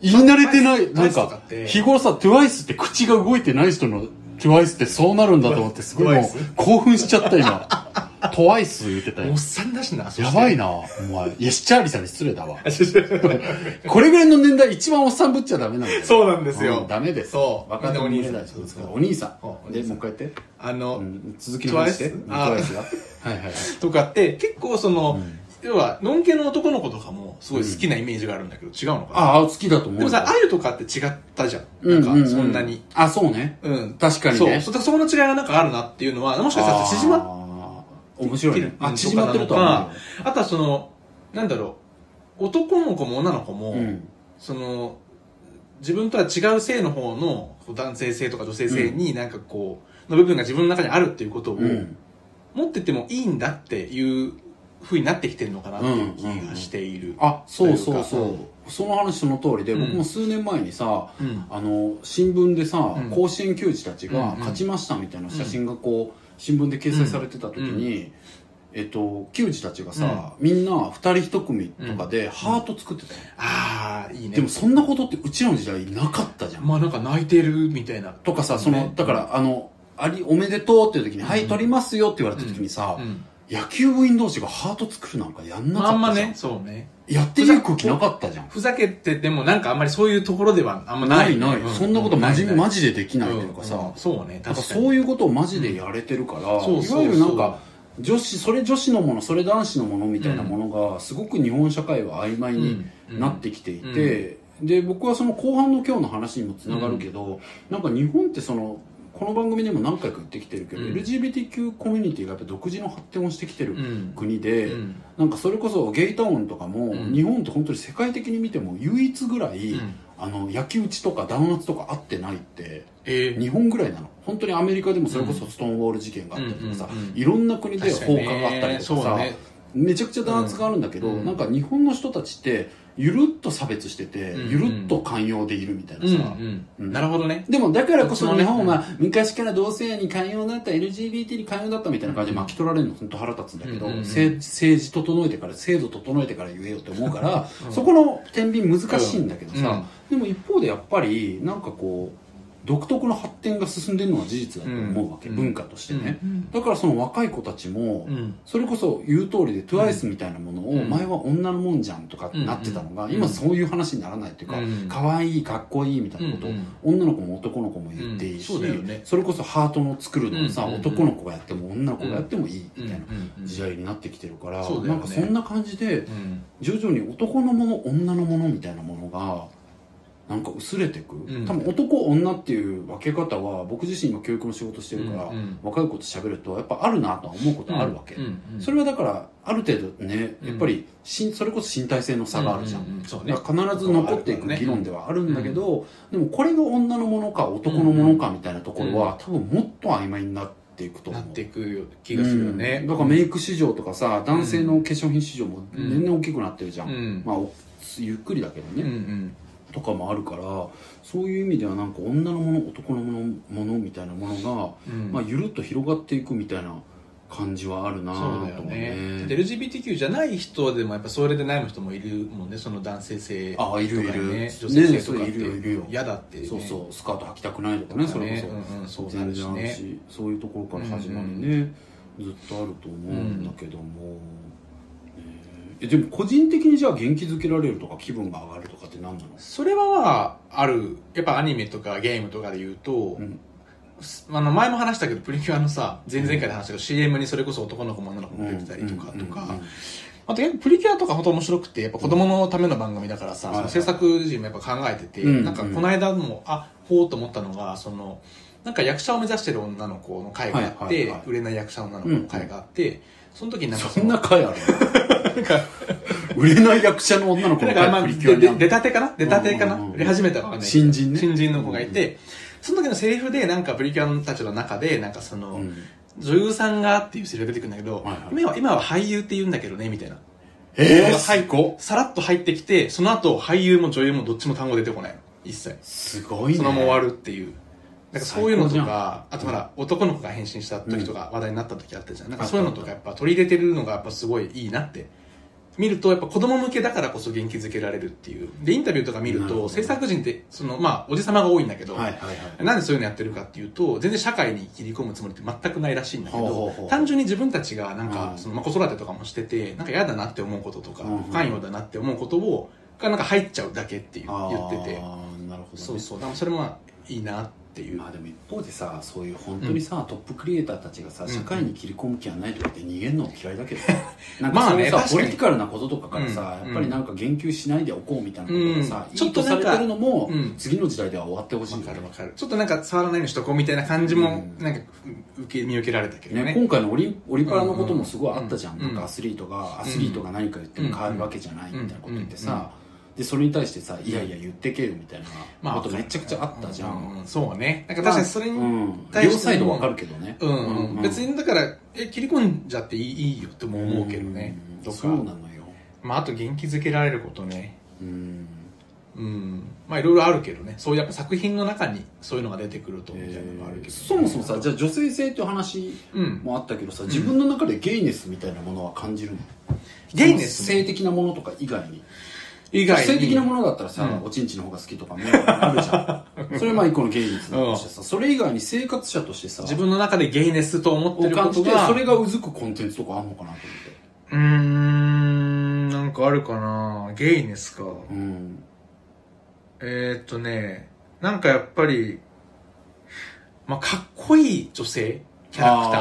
Speaker 3: 言い慣れてないなん
Speaker 2: TWICE とか
Speaker 3: か
Speaker 2: って
Speaker 3: 日頃さ TWICE って口が動いてない人の TWICE ってそうなるんだと思ってすごいもう
Speaker 2: TWICE
Speaker 3: 興奮しちゃった今 TWICE 言ってた
Speaker 2: お
Speaker 3: よ
Speaker 2: っさんだしな
Speaker 3: やばい
Speaker 2: な
Speaker 3: なお前いやシチャーリさんに失礼だわこれぐらいの年代一番おっさんぶっちゃダメなんだよ
Speaker 2: [LAUGHS] そうなんですよ
Speaker 3: うんダメです
Speaker 2: そう
Speaker 3: 若手
Speaker 2: お
Speaker 3: お
Speaker 2: 兄
Speaker 3: 兄
Speaker 2: さ
Speaker 3: さ
Speaker 2: ん
Speaker 3: ん
Speaker 2: そう
Speaker 3: お兄さ
Speaker 2: おお
Speaker 3: ん
Speaker 2: 兄
Speaker 3: で
Speaker 2: さん
Speaker 3: もう一回やって
Speaker 2: あの、
Speaker 3: うん続きの話して
Speaker 2: TWICE？
Speaker 3: TWICE
Speaker 2: あ
Speaker 3: がはいはいはい
Speaker 2: とかって結構そ
Speaker 3: う
Speaker 2: の、
Speaker 3: ん
Speaker 2: 要はノン系の男の子とかもすごい好きなイメージがあるんだけど、違うのかな
Speaker 3: ああ好きだと思う
Speaker 2: でもさあゆとかって違ったじゃんなんかそんなに、
Speaker 3: あそうね
Speaker 2: うん
Speaker 3: 確かに
Speaker 2: そう
Speaker 3: ね
Speaker 2: そそこの違いがなんかあるなっていうのはもしかしたら縮まっ
Speaker 3: ま面白いねあ
Speaker 2: あ縮
Speaker 3: 縮
Speaker 2: ま
Speaker 3: ま
Speaker 2: っ
Speaker 3: ってて
Speaker 2: る
Speaker 3: る
Speaker 2: と
Speaker 3: と
Speaker 2: は
Speaker 3: は
Speaker 2: あとはそのなんだろう男の子も女の子も、
Speaker 3: 思ううん
Speaker 2: その自分とは違う性の方のこう男性性とか女性性になんかこう、の部分が自分の中にあるっていうことを、
Speaker 3: うん
Speaker 2: 持っててもいいんだっていう風になってきてるのかなっていう気がしている、
Speaker 3: あそうそうそ
Speaker 2: という
Speaker 3: その話その通りで
Speaker 2: うん
Speaker 3: 僕も数年前にさ
Speaker 2: うん
Speaker 3: あの新聞でさ
Speaker 2: うん
Speaker 3: 甲子園球児たち
Speaker 2: うんう
Speaker 3: が
Speaker 2: ん
Speaker 3: 勝ちましたみたいな写真がこう新聞で掲載されてた時にえっと球児たちがさみんな2人1組とかでハート作ってたよ
Speaker 2: ああいいね
Speaker 3: でもそんなことってうちらの時代なかったじゃん
Speaker 2: まあなんか泣いてるみたいな
Speaker 3: とかさ、その、だから、あの、あり、おめでとうっていう時に、はい、取りますよって言われた時にさ、
Speaker 2: うん
Speaker 3: 野球部員同士がハート作るなんかやんな
Speaker 2: まああ
Speaker 3: か
Speaker 2: んま
Speaker 3: ったじゃん。
Speaker 2: ねそうね
Speaker 3: やっていい空気なかったじゃん。
Speaker 2: ふざけててもなんかあんまりそういうところではあんま
Speaker 3: な
Speaker 2: ないい
Speaker 3: ない。そんなことマジ、マ
Speaker 2: ジ
Speaker 3: ジでできないというかさ、
Speaker 2: そうね
Speaker 3: なんか
Speaker 2: 確かに
Speaker 3: そういうことをマジでやれてるから、
Speaker 2: そう
Speaker 3: い
Speaker 2: そうそう
Speaker 3: わゆるなんか、女子、それ女子のもの、それ男子のものみたいなものが、すごく日本社会は曖昧に、
Speaker 2: うん
Speaker 3: なってきていて、で僕はその後半の今日の話にもつながるけど、なんか日本ってそのこの番組でも何回か言ってきてるけど、
Speaker 2: うん
Speaker 3: LGBTQ コミュニティがやっぱ独自の発展をしてきて
Speaker 2: う
Speaker 3: る
Speaker 2: ん
Speaker 3: 国で、
Speaker 2: うん
Speaker 3: なんかそれこそゲイタウンとかも、
Speaker 2: うん
Speaker 3: 日本って本当に世界的に見ても唯一ぐらい、
Speaker 2: うん
Speaker 3: あの焼き打ちとか弾圧とかあってないって
Speaker 2: えー
Speaker 3: 日本ぐらいなの本当にアメリカでもそれこそストーンウォール事件があったりとかさ、
Speaker 2: うんうんうん
Speaker 3: いろんな国で放火があったりとか
Speaker 2: 確
Speaker 3: さ、
Speaker 2: にね
Speaker 3: めちゃくちゃ弾圧があるんだけど、
Speaker 2: うん
Speaker 3: なんか日本の人たちってゆるっと差別してて、
Speaker 2: うん
Speaker 3: ゆるっと寛容でいるみたいな
Speaker 2: そう
Speaker 3: さ、
Speaker 2: ねうんう
Speaker 3: うんん
Speaker 2: なるほどね
Speaker 3: でもだからこそ
Speaker 2: どっちも
Speaker 3: 日
Speaker 2: ね
Speaker 3: 本は昔から同性愛に寛容だった LGBT に寛容だったみたいな感じで巻き取られるの本当腹立つんだけど、
Speaker 2: うんうんうん
Speaker 3: せ政治整えてから制度整えてから言えよって思うから、そこの天秤難しいんだけどさ、でも一方でやっぱりなんかこう独特の発展が進んでるのは事実だと思うわけ、
Speaker 2: うん
Speaker 3: 文化としてね、
Speaker 2: うん
Speaker 3: だからその若い子たちも、
Speaker 2: うん
Speaker 3: それこそ言う通りで TWICE みたいなものを、
Speaker 2: うん
Speaker 3: 前は女のもんじゃんとかってなってたのが、
Speaker 2: うん
Speaker 3: 今そういう話にならないっていうか
Speaker 2: うん
Speaker 3: 可愛、いかっこいいみたいなことを、
Speaker 2: うん
Speaker 3: 女の子も男の子も言っていいし、
Speaker 2: うんそうだよね
Speaker 3: それこそハートの作るのをさ、
Speaker 2: うん
Speaker 3: 男の子がやっても女の子がやってもいいみたいな時代になってきてるから、
Speaker 2: そうだよ
Speaker 3: な
Speaker 2: ね
Speaker 3: んかそんな感じで
Speaker 2: うん
Speaker 3: 徐々に男のもの女のものみたいなものがなんか薄れてく、
Speaker 2: うん
Speaker 3: 多分男女っていう分け方は僕自身今教育の仕事してるから、
Speaker 2: うんうん
Speaker 3: 若い子と喋るとやっぱあるなとは思うことあるわけ、
Speaker 2: うんうん
Speaker 3: それはだからある程度ね
Speaker 2: うん
Speaker 3: やっぱりしんそれこそ身体性の差があるじゃん、
Speaker 2: うううそうね
Speaker 3: だから必ず残っていく議論ではあるんだけど、でもこれが女のものか男のものかみたいなところは、多分もっと曖昧になっていくと思
Speaker 2: な
Speaker 3: う
Speaker 2: っていく気がするよね、
Speaker 3: うんだからメイク市場とかさ男性の化粧品市場も年々大きくなってるじゃん、
Speaker 2: うん
Speaker 3: まあおゆっくりだけどね、
Speaker 2: うんうん
Speaker 3: とかもあるからそういう意味ではなんか女のもの男のものものみたいなもの
Speaker 2: う
Speaker 3: が、
Speaker 2: ん
Speaker 3: まあ、ゆるっと広がっていくみたいな感じはあるな
Speaker 2: そうだ
Speaker 3: ぁ
Speaker 2: よ
Speaker 3: と思う
Speaker 2: ね
Speaker 3: ね。
Speaker 2: で LGBTQ じゃない人でもやっぱそれでない人もいるもんねその男性性
Speaker 3: あいるい
Speaker 2: とか
Speaker 3: る、
Speaker 2: ね
Speaker 3: ね、
Speaker 2: 女性性と
Speaker 3: そ
Speaker 2: かっ
Speaker 3: ういるよいるよ
Speaker 2: て嫌だってね
Speaker 3: そうそうスカート履きたくないとかね
Speaker 2: と
Speaker 3: そ
Speaker 2: かね
Speaker 3: れこそ、
Speaker 2: うんうんそうな
Speaker 3: 全
Speaker 2: るしね
Speaker 3: 然あるしそういうところから始まりね、ずっとあると思うんだけども、えーえでも個人的にじゃあ元気づけられるとか気分が上がるとかって何なの
Speaker 2: それはまああるやっぱアニメとかゲームとかで言うと、
Speaker 3: ん
Speaker 2: すあの前も話したけどプリキュアのさ前々回で話したけど CM にそれこそ男の子も女の子も出てたりとか
Speaker 3: うん
Speaker 2: とか、
Speaker 3: うんうんうん
Speaker 2: あとやっぱプリキュアとか本当面白くてやっぱ子供のための番組だからさ、
Speaker 3: うん
Speaker 2: その制作陣もやっぱ考えてて、
Speaker 3: うん
Speaker 2: なんかこの間もあほうと思ったのがそのなんか役者を目指してる女の子の会があって、
Speaker 3: はいはいはい
Speaker 2: 売れない役者女の子の会があって、その時になんか
Speaker 3: そんな
Speaker 2: の
Speaker 3: 回ある
Speaker 2: なんか
Speaker 3: [LAUGHS] 売れない役者の女の子の
Speaker 2: なんかあんま
Speaker 3: プリキュアに
Speaker 2: で
Speaker 3: あ
Speaker 2: で
Speaker 3: んの
Speaker 2: 出たてかな出たてかな
Speaker 3: うんうんうん
Speaker 2: 売れ始めたかわかんないけど
Speaker 3: 新人ね
Speaker 2: 新人の子がいて、その時のセリフでなんかプリキュアたちの中でなんかその、
Speaker 3: うん
Speaker 2: 女優さんがっていうセリフが出てくるんだけど、
Speaker 3: はいはい
Speaker 2: 今は今は俳優って言うんだけどねみたいな
Speaker 3: えー、
Speaker 2: 最
Speaker 3: 最高
Speaker 2: さらっと入ってきてその後俳優も女優もどっちも単語出てこないの一切
Speaker 3: すごいね
Speaker 2: そのまま終わるっていうなんかそういうのと
Speaker 3: 最高じ
Speaker 2: かあとほら、男の子が変身した時とか話題になった時あったじゃんなんかそういうのとか
Speaker 3: あ
Speaker 2: やっぱ取り入れてるのがやっぱすごいいいなって見るとやっぱ子供向けだからこそ元気づけられるっていうでインタビューとか見る
Speaker 3: なるほ
Speaker 2: と
Speaker 3: ど
Speaker 2: 制作人ってそのまあおじ様が多いんだけど、
Speaker 3: はいはいはい
Speaker 2: なんでそういうのやってるかっていうと全然社会に切り込むつもりって全くないらしいんだけ
Speaker 3: ほうほう
Speaker 2: ど
Speaker 3: ほう
Speaker 2: 単純に自分たちがなんか、
Speaker 3: うん
Speaker 2: そのまあ、子育てとかもしててなんか嫌だなって思うこととか、
Speaker 3: うんうん
Speaker 2: 不寛容だなって思うことをがなんか入っちゃうだけっていう言ってて
Speaker 3: ああなるほど、ね、
Speaker 2: そうそうだからそれもまあいいなっていう、
Speaker 3: まあでも一方でさそういう本当にさ、トップクリエイターたちがさ社会に切り込む気はないとかって逃げるの嫌いだけどなんか
Speaker 2: まあ
Speaker 3: そう
Speaker 2: ね
Speaker 3: いうさ、
Speaker 2: 確か
Speaker 3: ポ
Speaker 2: に
Speaker 3: リティカルなこととかからさ、
Speaker 2: うん
Speaker 3: やっぱりなんか言及しないでおこうみたいなことがさ、
Speaker 2: うん
Speaker 3: ちょっとされてるのも、
Speaker 2: うん
Speaker 3: 次の時代では終わってほしい
Speaker 2: わ
Speaker 3: よ
Speaker 2: か
Speaker 3: ね
Speaker 2: るわかるちょっとなんか触らないようにしとこうみたいな感じも
Speaker 3: うん
Speaker 2: なんかう受け見受けられたけどね
Speaker 3: ね、今回のオリオリパラのこともすごいあったじゃん,、
Speaker 2: うんうん
Speaker 3: なんかアスリートが、アスリートが何か言っても変わるわけじゃないみたいなこと言ってさ、でそれに対してさ「いやいや言ってけよ」みたいな
Speaker 2: まあ
Speaker 3: ことめちゃくちゃあったじゃん、
Speaker 2: うううそうねなんか確かにそれに、
Speaker 3: うん
Speaker 2: 対
Speaker 3: 両
Speaker 2: して
Speaker 3: サ
Speaker 2: も
Speaker 3: イドわかるけどね、
Speaker 2: うんうん
Speaker 3: うんうん
Speaker 2: 別にだからえ切り込んじゃっていいいいよっても思うけどね、
Speaker 3: うん
Speaker 2: とか
Speaker 3: そうなのよ
Speaker 2: まあ、あと元気づけられることね
Speaker 3: うん
Speaker 2: うんまあいろいろあるけどねそういうやっぱ作品の中にそういうのが出てくるとみたいなのがあるけどね、
Speaker 3: そもそもさじゃあ女性性っていう話
Speaker 2: うん
Speaker 3: もあったけどさ、自分の中でゲイネスみたいなものは感じるの
Speaker 2: ゲイネス
Speaker 3: 性的なものとか以外に
Speaker 2: 以外に
Speaker 3: 性的なものだったらさ、
Speaker 2: うん
Speaker 3: おちんちの方が好きとかねあるじゃ
Speaker 2: [LAUGHS]
Speaker 3: んそれまあ一個の芸術だとしてさ、それ以外に生活者としてさ
Speaker 2: 自分の中でゲイネスと思って
Speaker 3: を
Speaker 2: るこ
Speaker 3: 感
Speaker 2: と
Speaker 3: じて
Speaker 2: が
Speaker 3: それがうずくコンテンツとかあんのかなと思って
Speaker 2: うーんなんかあるかなゲイネスか
Speaker 3: うん
Speaker 2: えー、っとねなんかやっぱりまあかっこいい女性キャラクタ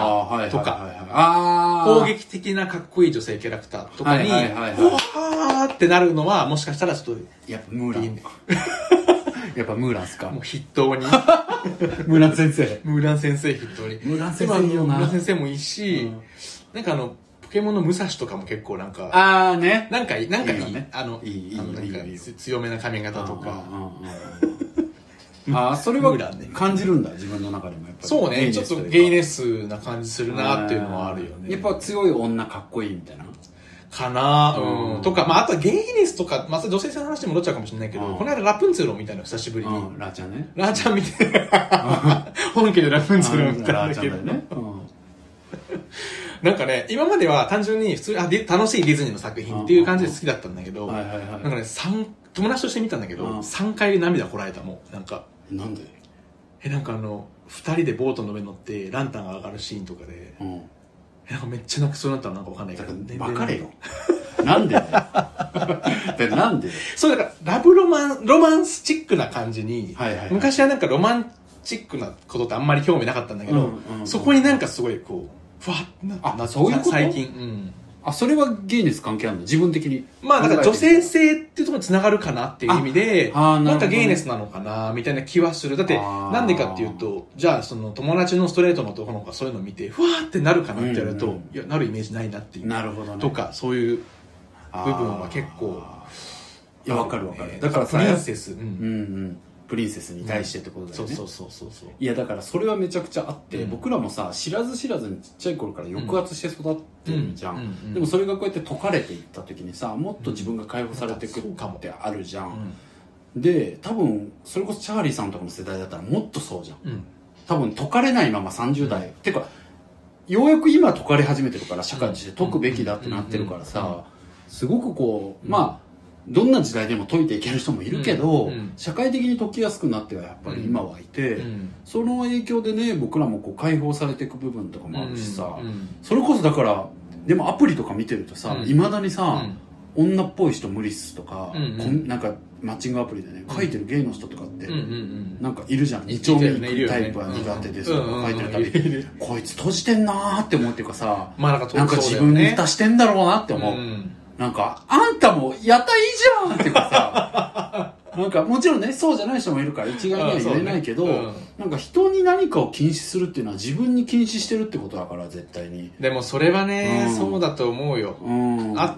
Speaker 2: ーとか
Speaker 3: あーはいはいは
Speaker 2: 攻
Speaker 3: いはいあー
Speaker 2: 撃的なかっこいい女性キャラクターとかに、
Speaker 3: はいはいはいはいう
Speaker 2: わーってなるのは、もしかしたらちょっ
Speaker 3: やっぱムー
Speaker 2: と
Speaker 3: ラ
Speaker 2: いい
Speaker 3: ン
Speaker 2: ね、
Speaker 3: やっぱムーランっすか
Speaker 2: もう筆
Speaker 3: [LAUGHS]
Speaker 2: 頭に、
Speaker 3: ムーラン先生
Speaker 2: ムーラン先生筆頭に。
Speaker 3: ムーラン先生いいよな
Speaker 2: 今ムーラン先生もいいし、
Speaker 3: うん
Speaker 2: なんかあの、ポケモンの武蔵とかも結構なんか、
Speaker 3: ああね
Speaker 2: なんかいい、なんかい
Speaker 3: い
Speaker 2: い、
Speaker 3: いよね
Speaker 2: あの、
Speaker 3: いいいい
Speaker 2: あ
Speaker 3: いい
Speaker 2: の
Speaker 3: よ
Speaker 2: なんか
Speaker 3: いいよ
Speaker 2: 強めな髪型とか、
Speaker 3: うんうんうん [LAUGHS] ああそれ
Speaker 2: ムーランね
Speaker 3: は感じるんだ自分の中でもやっぱり
Speaker 2: そうね、ちょっとゲイ
Speaker 3: ネ
Speaker 2: ネスな感じするなっていうのはあるよね。
Speaker 3: やっぱ強い女かっこいいみたいな
Speaker 2: かな
Speaker 3: うん
Speaker 2: うん。とか、まあ、あとはゲイネスとか、まあ、それ女性性の話に戻っちゃうかもしれないけど、
Speaker 3: うん
Speaker 2: この間ラプンツェルを見たの久しぶりに。
Speaker 3: うんラーちゃんね
Speaker 2: ラーちゃん見て、 [LAUGHS] 本家でラプンツェルを見たん
Speaker 3: ラー
Speaker 2: だ
Speaker 3: ちゃん
Speaker 2: け
Speaker 3: だ
Speaker 2: ど
Speaker 3: よねうん
Speaker 2: なんかね、今までは単純に普通にあで楽しいディズニーの作品っていう感じで好きだったんだけど、
Speaker 3: はい
Speaker 2: な
Speaker 3: はい
Speaker 2: んか
Speaker 3: は
Speaker 2: ね、三友達として見たんだけど、
Speaker 3: うん
Speaker 2: 3回で涙こらえたもん。なんか、
Speaker 3: いなんで
Speaker 2: えなんかあの2人でボートの上乗ってランタンが上がるシーンとかで
Speaker 3: うん
Speaker 2: えなんかめっちゃ泣きそうになったのなんかわかんないけ
Speaker 3: だ
Speaker 2: ど
Speaker 3: から別れよなんでだよ [LAUGHS] でなんで
Speaker 2: そうだからラブロマンロマンスチックな感じに、
Speaker 3: はいはいはい
Speaker 2: 昔はなんかロマンチックなことってあんまり興味なかったんだけど、
Speaker 3: うんうんうん
Speaker 2: そこになんかすごいこうふわってな
Speaker 3: あ
Speaker 2: な
Speaker 3: そういうこと
Speaker 2: 最近、うん、
Speaker 3: あそれはゲイネス関係あるの自分的に
Speaker 2: まあなんか女性性っていうところにつながるかなっていう意味で
Speaker 3: ああーなるほどね
Speaker 2: なんかゲイネスなのかなみたいな気はするだって
Speaker 3: あー
Speaker 2: なんでかっていうとじゃあその友達のストレートの男の子がそういうのを見てふわってなるかなってやると、
Speaker 3: うんうん
Speaker 2: いやなるイメージないなっていう
Speaker 3: なるほどね
Speaker 2: とかそういう
Speaker 3: 部
Speaker 2: 部分は結構
Speaker 3: いやわかるわかる
Speaker 2: ね
Speaker 3: だから
Speaker 2: プ
Speaker 3: さ
Speaker 2: リンセス、
Speaker 3: う
Speaker 2: う
Speaker 3: んんうんプリンセスに対してってことだよね、
Speaker 2: そうそうそうそうそう
Speaker 3: いやだからそれはめちゃくちゃあって、
Speaker 2: うん
Speaker 3: 僕らもさ知らず知らずにちっちゃい頃から抑圧して育ってるじゃん、
Speaker 2: うんうんうん
Speaker 3: でもそれがこうやって解かれていった時にさもっと自分が解放されてく
Speaker 2: うん
Speaker 3: かもってあるじゃ、
Speaker 2: うんん
Speaker 3: で多分それこそチャーリーさんとかの世代だったらもっとそうじゃん
Speaker 2: うん
Speaker 3: 多分解かれないまま30代、てかようやく今解かれ始めてるから社会として解くべきだってなってるからさ、
Speaker 2: うんうんうん
Speaker 3: すごくこう
Speaker 2: うん
Speaker 3: まあどんな時代でも解いていける人もいるけど、
Speaker 2: うんうん
Speaker 3: 社会的に解きやすくなってはやっぱり今はいて、
Speaker 2: うん
Speaker 3: その影響でね僕らもこう解放されていく部分とかもあるしさ、
Speaker 2: うんうん
Speaker 3: それこそだからでもアプリとか見てるとさ
Speaker 2: うん
Speaker 3: いま、未だにさ、女っぽい人無理っすとか、
Speaker 2: うんうん
Speaker 3: こんなんかマッチングアプリでね書いてるゲイの人とかって、
Speaker 2: うんうんうん
Speaker 3: なんかいるじゃん
Speaker 2: い
Speaker 3: 二丁目に
Speaker 2: いる
Speaker 3: 行
Speaker 2: よ
Speaker 3: く
Speaker 2: ね
Speaker 3: タイプは苦手ですと
Speaker 2: うんうん
Speaker 3: か書いてるたび
Speaker 2: うんうんいるい
Speaker 3: に
Speaker 2: る
Speaker 3: [LAUGHS] こいつ閉じてんなーって思うっていうかさ
Speaker 2: まあなんかそう
Speaker 3: なんか自分に蓋してんだろうなって
Speaker 2: そうだ
Speaker 3: 思
Speaker 2: よ
Speaker 3: う、
Speaker 2: ねうん
Speaker 3: なんかあんたもやったいいじゃんっていうかさなんかもちろんねそうじゃない人もいるから一概には言えないけど、
Speaker 2: あそうね
Speaker 3: なんか人に何かを禁止するっていうのは自分に禁止してるってことだから絶対に
Speaker 2: でもそれはね
Speaker 3: うん
Speaker 2: そうだと思うよ
Speaker 3: うん
Speaker 2: あっ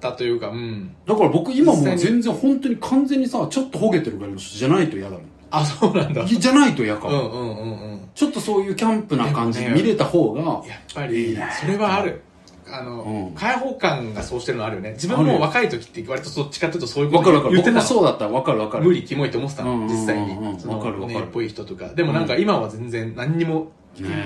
Speaker 2: たというかうん
Speaker 3: だから僕今もう
Speaker 2: 実際に
Speaker 3: 全然本当に完全にさちょっとほげてるぐらいの人じゃないと嫌だもん
Speaker 2: あそうなんだ
Speaker 3: じゃないと嫌か
Speaker 2: う
Speaker 3: も、
Speaker 2: んうんうんうん
Speaker 3: ちょっとそういうキャンプな感じで
Speaker 2: でもね
Speaker 3: 見れた方が、
Speaker 2: やっぱ
Speaker 3: いい
Speaker 2: り
Speaker 3: ね
Speaker 2: それはあるあ
Speaker 3: う
Speaker 2: の
Speaker 3: ん
Speaker 2: 解放感がそうしてるのあるよね自分
Speaker 3: あるよ
Speaker 2: も若い時って割とどっちかっていうとそういうこ
Speaker 3: わかるわか
Speaker 2: と
Speaker 3: る。
Speaker 2: 言って
Speaker 3: 僕も
Speaker 2: たの
Speaker 3: そうだったらわかるわかる。
Speaker 2: 無理キモいと思ってた
Speaker 3: うんうんう
Speaker 2: の
Speaker 3: ん
Speaker 2: 実際
Speaker 3: うんうん
Speaker 2: にそ
Speaker 3: わかる
Speaker 2: の
Speaker 3: わかる
Speaker 2: ねっぽい人とかでもなんか今は全然何にも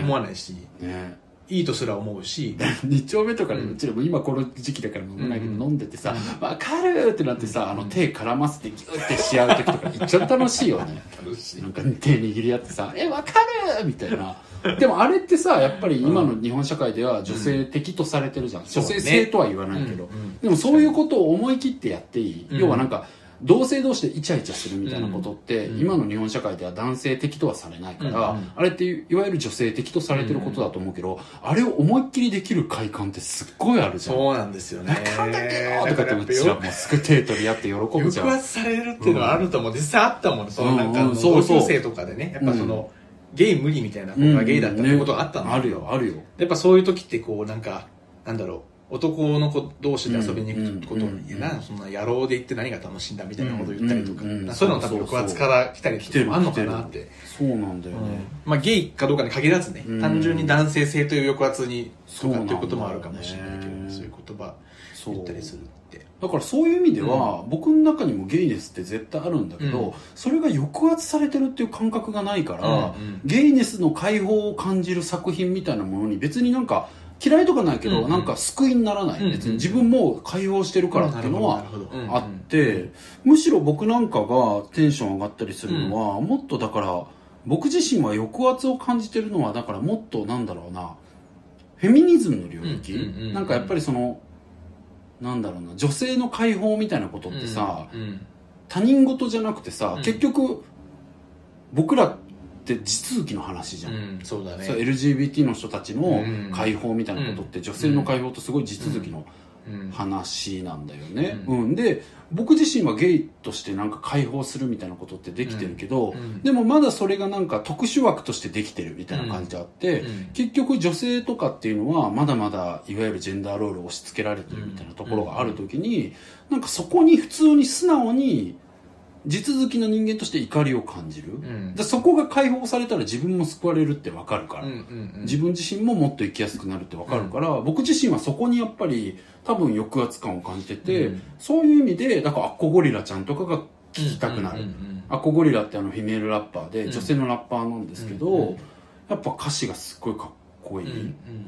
Speaker 2: 思わないし
Speaker 3: ね。
Speaker 2: いいとすら思うし
Speaker 3: 2丁目とかで、
Speaker 2: うん
Speaker 3: うちらも今この時期だから飲めないけど
Speaker 2: うん
Speaker 3: 飲んでてさ、わかるってなってさ、あの手絡ませてギューってし合う時とか、一番楽しいよね。
Speaker 2: 楽しい
Speaker 3: なんか手握り合ってさ、え、わかるみたいな。でもあれってさ、やっぱり今の日本社会では女性的とされてるじゃん。女性性とは言わないけど。
Speaker 2: うんうん
Speaker 3: でもそういうことを思い切ってやっていい。
Speaker 2: うん
Speaker 3: 要はなんか、同性同士でイチャイチャするみたいなことって、
Speaker 2: うん
Speaker 3: 今の日本社会では男性的とはされないから、
Speaker 2: うんうん
Speaker 3: あれっていわゆる女性的とされてることだと思うけど、あれを思いっきりできる快感ってすっごいあるじゃん。
Speaker 2: そうなんですよね。
Speaker 3: なかなかよと
Speaker 2: だ
Speaker 3: か
Speaker 2: か
Speaker 3: ってう
Speaker 2: らやっぱ
Speaker 3: ちら
Speaker 2: よ
Speaker 3: もすく手取り合って喜ぶじゃん。
Speaker 2: 抑圧されるっていうのはあると思う。実際あったもんね。そのなんか
Speaker 3: うん
Speaker 2: あ
Speaker 3: う
Speaker 2: の
Speaker 3: んそう
Speaker 2: 同
Speaker 3: そう
Speaker 2: 級生とかでね、やっぱその、ゲイ無理みたいな子がゲイだったっていうことがあったの。
Speaker 3: あるよ、あるよ。
Speaker 2: やっぱそういう時ってこうなんか、なんだろう、男の子同士で遊びに行くこと
Speaker 3: うんうん
Speaker 2: に、いやな、そんな野郎で行って何が楽しいんだみたいなこと言ったりとか、
Speaker 3: うんうんうん
Speaker 2: そういうのも多分抑圧から来たりとかもあるのかなっ
Speaker 3: 来
Speaker 2: て。
Speaker 3: そうなんだよ
Speaker 2: うん
Speaker 3: ね。
Speaker 2: まあゲイかどうかに限らずね
Speaker 3: うん、
Speaker 2: 単純に男性性という抑圧に、
Speaker 3: そ
Speaker 2: と
Speaker 3: うな
Speaker 2: か
Speaker 3: ん
Speaker 2: っ
Speaker 3: だよね
Speaker 2: ていうこともあるかもしれないけどね、そういう言葉
Speaker 3: そう
Speaker 2: 言ったりするって。
Speaker 3: だからそういう意味では、僕の中にもゲイネスって絶対あるんだけど、
Speaker 2: うん
Speaker 3: それが抑圧されてるっていう感覚がないから、
Speaker 2: うんうん
Speaker 3: ゲイネスの解放を感じる作品みたいなものに別になんか嫌いとかないけど、
Speaker 2: うんうん
Speaker 3: なんか救いにならない、
Speaker 2: うんうん
Speaker 3: 別に自分も解放してるからっていうのは
Speaker 2: なるほどなるほど
Speaker 3: あって、むしろ僕なんかがテンション上がったりするのは、もっとだから僕自身は抑圧を感じてるのはだからもっとなんだろうなフェミニズムの領域、
Speaker 2: うんうんうんうん
Speaker 3: なんかやっぱりそのなんだろうな女性の解放みたいなことってさ、
Speaker 2: うんうん
Speaker 3: 他人事じゃなくてさ、
Speaker 2: うん
Speaker 3: 結局僕らって地続きの話じゃん、
Speaker 2: うん、そうだね
Speaker 3: そう LGBT の人たちの
Speaker 2: うん
Speaker 3: 解放みたいなことって女性の解放とすごい地続きの
Speaker 2: うん
Speaker 3: 話なんだよね、う
Speaker 2: うん
Speaker 3: で僕自身はゲイとしてなんか解放するみたいなことってできてるけど、
Speaker 2: うん
Speaker 3: でもまだそれがなんか特殊枠としてできてるみたいな感じあって、
Speaker 2: うん
Speaker 3: 結局女性とかっていうのはまだまだいわゆるジェンダーロールを押し付けられてるみたいなところがある時に、なんかそこに普通に素直に地続きの人間として怒りを感じる、
Speaker 2: うん
Speaker 3: でそこが解放されたら自分も救われるってわかるから、
Speaker 2: うんうんうん
Speaker 3: 自分自身ももっと生きやすくなるってわかるから、僕自身はそこにやっぱり多分抑圧感を感じてて、
Speaker 2: うん
Speaker 3: そういう意味でだからアッコゴリラちゃんとかが聞きたくなる、
Speaker 2: うんうん
Speaker 3: アッコゴリラってあのフィメールラッパーで
Speaker 2: うん
Speaker 3: 女性のラッパーなんですけど、
Speaker 2: うんうん
Speaker 3: やっぱ歌詞がすっごいかっこい
Speaker 2: うん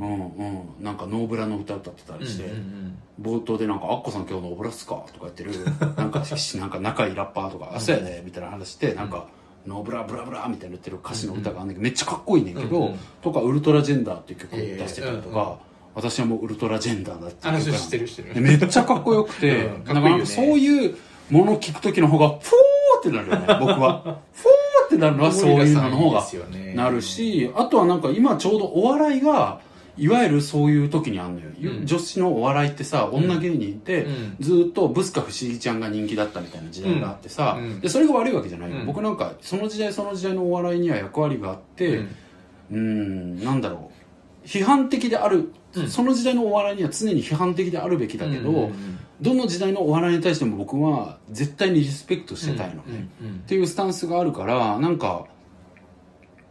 Speaker 2: う
Speaker 3: い、
Speaker 2: ん
Speaker 3: うんうんなんかノーブラの歌歌ってたりして、
Speaker 2: うんうん
Speaker 3: 冒頭でなんか「アッコさん今
Speaker 4: [LAUGHS]
Speaker 3: 日ノーブラっすか?」とか言ってるなんかなんか仲いいラッパーとか「あそうやね」みたいな話してなんかノーブラブラブラみたいな言ってる歌詞の歌があんねんけど、めっちゃかっこいいねんけど、
Speaker 4: うんうん
Speaker 3: とかウルトラジェンダーっていう曲を出してたりと
Speaker 4: ええうんうん
Speaker 3: か、私はもうウルトラジェンダーだっていう曲
Speaker 4: 話
Speaker 3: なの
Speaker 4: してるしてる
Speaker 3: でめっちゃかっこよくて、
Speaker 4: うんかっ
Speaker 3: な
Speaker 4: こいいよね
Speaker 3: んかなんかそういうもの聞く時の方がフォーってなるよね僕
Speaker 4: [LAUGHS]
Speaker 3: はフォーってなるのはそういうのの方がなるしあとはなんか今ちょうどお笑いがいわゆるそういう時にあんのよ、
Speaker 4: うん
Speaker 3: 女子のお笑いってさ女芸人って、
Speaker 4: うん
Speaker 3: ずーっとブスカ不思議ちゃんが人気だったみたいな時代があってさ、
Speaker 4: うん
Speaker 3: でそれが悪いわけじゃないよ、
Speaker 4: うん
Speaker 3: 僕なんかその時代その時代のお笑いには役割があって
Speaker 4: うん
Speaker 3: うんなんだろう批判的である、
Speaker 4: うん
Speaker 3: その時代のお笑いには常に批判的であるべきだけど、
Speaker 4: うんうんうん
Speaker 3: どの時代のお笑いに対しても僕は絶対にリスペクトしてたいのね、
Speaker 4: うんうん
Speaker 3: っていうスタンスがあるからなんか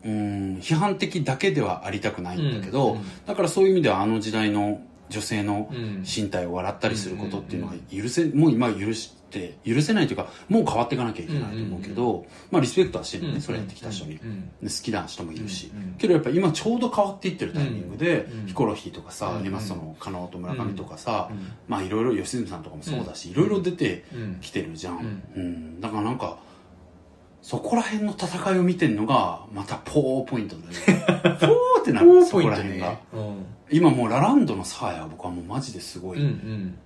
Speaker 3: うーん批判的だけではありたくないんだけど、
Speaker 4: うんうん
Speaker 3: だからそういう意味ではあの時代の女性の
Speaker 4: うん
Speaker 3: 身体を笑ったりすることっていうのが許せ、もう今許して許せないというかもう変わっていかなきゃいけないと思うけど、まあリスペクトはしてるよね、それやってきた人に。
Speaker 4: うんうん
Speaker 3: で好きな人もいるし、
Speaker 4: うんうん
Speaker 3: けどやっぱ今ちょうど変わっていってるタイミングで、
Speaker 4: うん
Speaker 3: ヒコロヒーとかさ、
Speaker 4: うん
Speaker 3: 今その加納と村上とかさ、
Speaker 4: うん
Speaker 3: まあいろいろ良純さんとかもそうだし、いろいろ出てきてるじゃん、うんだからなんかそこら辺の戦いを見てるのがまたポーポイントだ [LAUGHS] ねポーってな
Speaker 4: うん
Speaker 3: る
Speaker 4: うん
Speaker 3: そこら辺が、今もうラランドのサーヤは僕はもうマジですご
Speaker 4: うんう
Speaker 3: い
Speaker 4: ん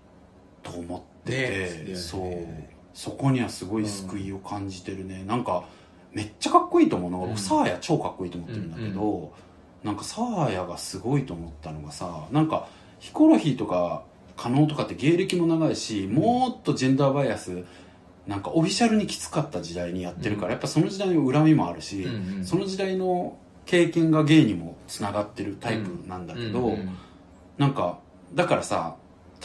Speaker 3: と思って
Speaker 4: ね
Speaker 3: て、
Speaker 4: そうだよね
Speaker 3: そうそこにはすごい救いを感じてるね、なんかめっちゃかっこいいと思うのが、
Speaker 4: うん
Speaker 3: 僕サーヤ超かっこいいと思ってるんだけど、なんかサーヤがすごいと思ったのがさなんかヒコロヒーとか加納とかって芸歴も長いし、もっとジェンダーバイアスなんかオフィシャルにきつかった時代にやってるから、
Speaker 4: うん
Speaker 3: やっぱその時代の恨みもあるし、
Speaker 4: うんうん
Speaker 3: その時代の経験が芸にもつながってるタイプなんだけど、
Speaker 4: うんうん
Speaker 3: なんかだからさ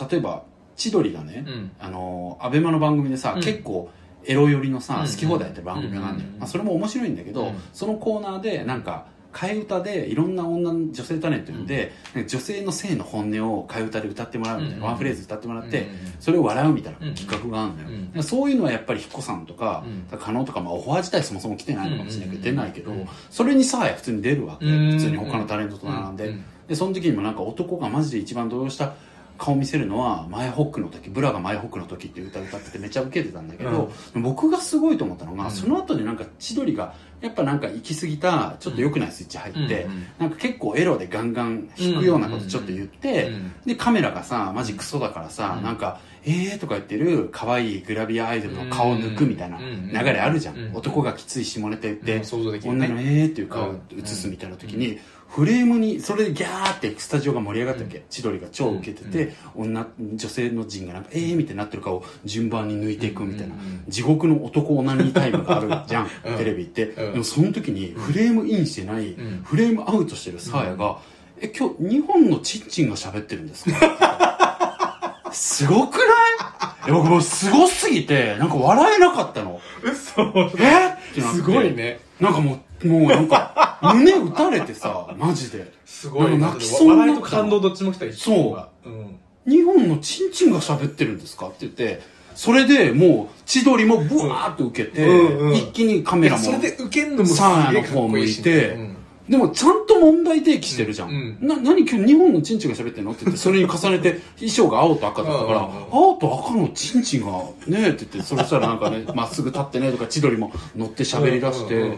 Speaker 3: 例えば千鳥がね、
Speaker 4: うん
Speaker 3: あのアベマの番組でさ、
Speaker 4: うん
Speaker 3: 結構エロ寄りのさ、
Speaker 4: うん
Speaker 3: 好き放題やってる番組があるんだよ、
Speaker 4: うん
Speaker 3: まあ、それも面白いんだけど、
Speaker 4: うん
Speaker 3: そのコーナーでなんか替え歌でいろんな女の女性タレント呼んで、なんか女性の性の本音を替え歌で歌ってもらうみたいな、
Speaker 4: うん
Speaker 3: ワンフレーズ歌ってもらって、
Speaker 4: うん
Speaker 3: それを笑うみたいな企画があるんだよ、
Speaker 4: うん
Speaker 3: だからそういうのはやっぱり彦さんとか
Speaker 4: うん
Speaker 3: 加納、とか、まあ、オファー自体そもそも来てないのかもしれない
Speaker 4: うん
Speaker 3: けど、出ないけど、
Speaker 4: うん
Speaker 3: それにさえ普通に出るわけ、
Speaker 4: うん
Speaker 3: 普通に他のタレントと並んで、
Speaker 4: うん
Speaker 3: でその時にもなんか男がマジで一番動揺した顔見せるのは前ホックの時ブラが前ホックの時っていう歌歌っててめっちゃウケてたんだけど、僕がすごいと思ったのが、
Speaker 4: うん
Speaker 3: その後になんか千鳥がやっぱなんか行き過ぎたちょっと良くないスイッチ入って、
Speaker 4: うんうん
Speaker 3: なんか結構エロでガンガン弾くようなことちょっと言って、
Speaker 4: うん
Speaker 3: でカメラがさマジクソだからさ、
Speaker 4: うん
Speaker 3: なんか「えー」とか言ってる可愛いグラビアアイドルの顔を抜くみたいな
Speaker 4: うん
Speaker 3: 流れあるじゃん、
Speaker 4: うん
Speaker 3: 男がきつい下ネタ言って、
Speaker 4: うん想像できるね
Speaker 3: 女の「えー」っていう顔を映すみたいな時に、フレームにそれでギャーってスタジオが盛り上がったわけ、千鳥が超ウケてて、女女性の陣がなんか「えー」みたいになってる顔を順番に抜いていくみたいな、
Speaker 4: うんうんうん
Speaker 3: 地獄の男オナニータイムがあるじゃん、
Speaker 4: うん
Speaker 3: テレビって、
Speaker 4: うん
Speaker 3: でもその時にフレームインしてない、
Speaker 4: うん
Speaker 3: フレームアウトしてるサーヤが、え、今日、日本のチンチンが喋ってるんですかすごくないいや僕もうすごすぎて、なんか笑えなかったの。
Speaker 4: 嘘
Speaker 3: えってなって。
Speaker 4: すごい。ね
Speaker 3: なんかもう、もうなんか、胸打たれてさ、マジで。
Speaker 4: すごい
Speaker 3: なんか
Speaker 4: な
Speaker 3: 泣きそうになった
Speaker 4: 笑いと感動どっちも来たり
Speaker 3: そう
Speaker 4: うん
Speaker 3: 日本のチンチンが喋ってるんですかって言って、それでもう、千鳥もブワーっと受けて、
Speaker 4: うんうん
Speaker 3: 一気にカ
Speaker 4: い
Speaker 3: メラ
Speaker 4: や
Speaker 3: も。
Speaker 4: それで受けんのもす
Speaker 3: サー
Speaker 4: げえ
Speaker 3: ヤの
Speaker 4: かっ
Speaker 3: 方
Speaker 4: こ
Speaker 3: 向
Speaker 4: いい
Speaker 3: い
Speaker 4: し
Speaker 3: て、
Speaker 4: うん
Speaker 3: でもちゃんと問題提起してるじゃん、
Speaker 4: うん
Speaker 3: な何今日日本のチンチンが喋ってんのって言ってそれに重ねて [LAUGHS] 衣装が青と赤だったから
Speaker 4: うんうんうん
Speaker 3: 青と赤のチンチンがねえって言ってそれしたらなん
Speaker 4: [LAUGHS]
Speaker 3: かねまっすぐ立ってねとか千鳥も乗って喋り出して、
Speaker 4: うんうんうん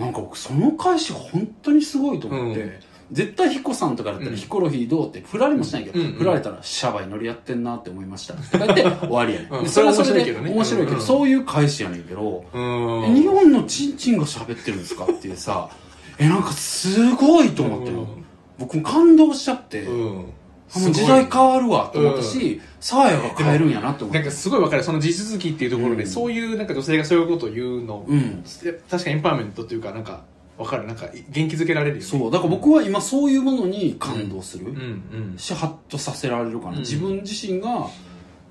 Speaker 3: なんか僕その返し本当にすごいと思って、
Speaker 4: うん
Speaker 3: 絶対ヒコさんとかだった
Speaker 4: う
Speaker 3: ら
Speaker 4: ん
Speaker 3: ヒコロヒーどうって振られもしないけど、
Speaker 4: うんうん
Speaker 3: 振られたらシャバに乗りやってんなって思いましたとか言って終わりやね、
Speaker 4: うん
Speaker 3: でそれはそれ
Speaker 4: それ
Speaker 3: で
Speaker 4: は面白いけどね
Speaker 3: 面白いけど、
Speaker 4: うんうん
Speaker 3: そういう返しやねんけど、
Speaker 4: うん
Speaker 3: 日本のチンチンが喋ってるんですかっていうさ [LAUGHS] えなんかすごいと思って、
Speaker 4: うん
Speaker 3: 僕も感動しちゃって、あ
Speaker 4: うん
Speaker 3: もう時代変わるわと思ったし、サーヤが変えるんやなって思っ
Speaker 4: なん
Speaker 3: て
Speaker 4: かすごいわかるその地続きっていうところで、
Speaker 3: うん
Speaker 4: そういうなんか女性がそういうことを言うの、
Speaker 3: うん
Speaker 4: 確かエンパワーメントというかなんかわかるなんか元気づけられるよね
Speaker 3: そうだから僕は今そういうものに感動する、
Speaker 4: うんうん
Speaker 3: しハッとさせられるか
Speaker 4: う
Speaker 3: な、
Speaker 4: ん
Speaker 3: 自分自身が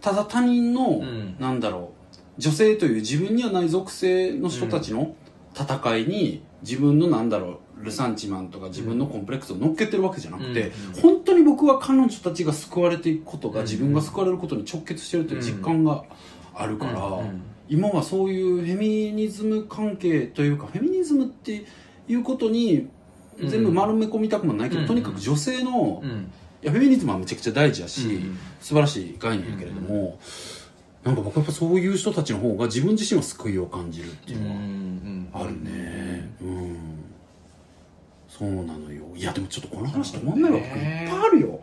Speaker 3: ただ他人の、
Speaker 4: ん
Speaker 3: なんだろう女性という自分にはない属性の人たちの戦いに自分のなんだろうルサンチマンとか自分のコンプレックスを乗っけてるわけじゃなくて、
Speaker 4: うん
Speaker 3: 本当に僕は彼女たちが救われていくこと
Speaker 4: う
Speaker 3: が
Speaker 4: ん
Speaker 3: 自分が救われることに直結してるという実感があるから、
Speaker 4: うんうん
Speaker 3: 今はそういうフェミニズム関係というかフェミニズムっていうことに全部丸め込みたくもないけど、
Speaker 4: うん
Speaker 3: とにかく女性の、
Speaker 4: う
Speaker 3: い
Speaker 4: ん
Speaker 3: やフェミニズムはめちゃくちゃ大事だし、
Speaker 4: うん
Speaker 3: 素晴らしい概念やけれども、なんか僕はやっぱそういう人たちの方が自分自身は救いを感じるって
Speaker 4: う
Speaker 3: い
Speaker 4: んう
Speaker 3: うの
Speaker 4: ん
Speaker 3: はあるねうんそうなのよいやでもちょっとこの話止まんないわけいっ
Speaker 4: ね
Speaker 3: ぱいあるよ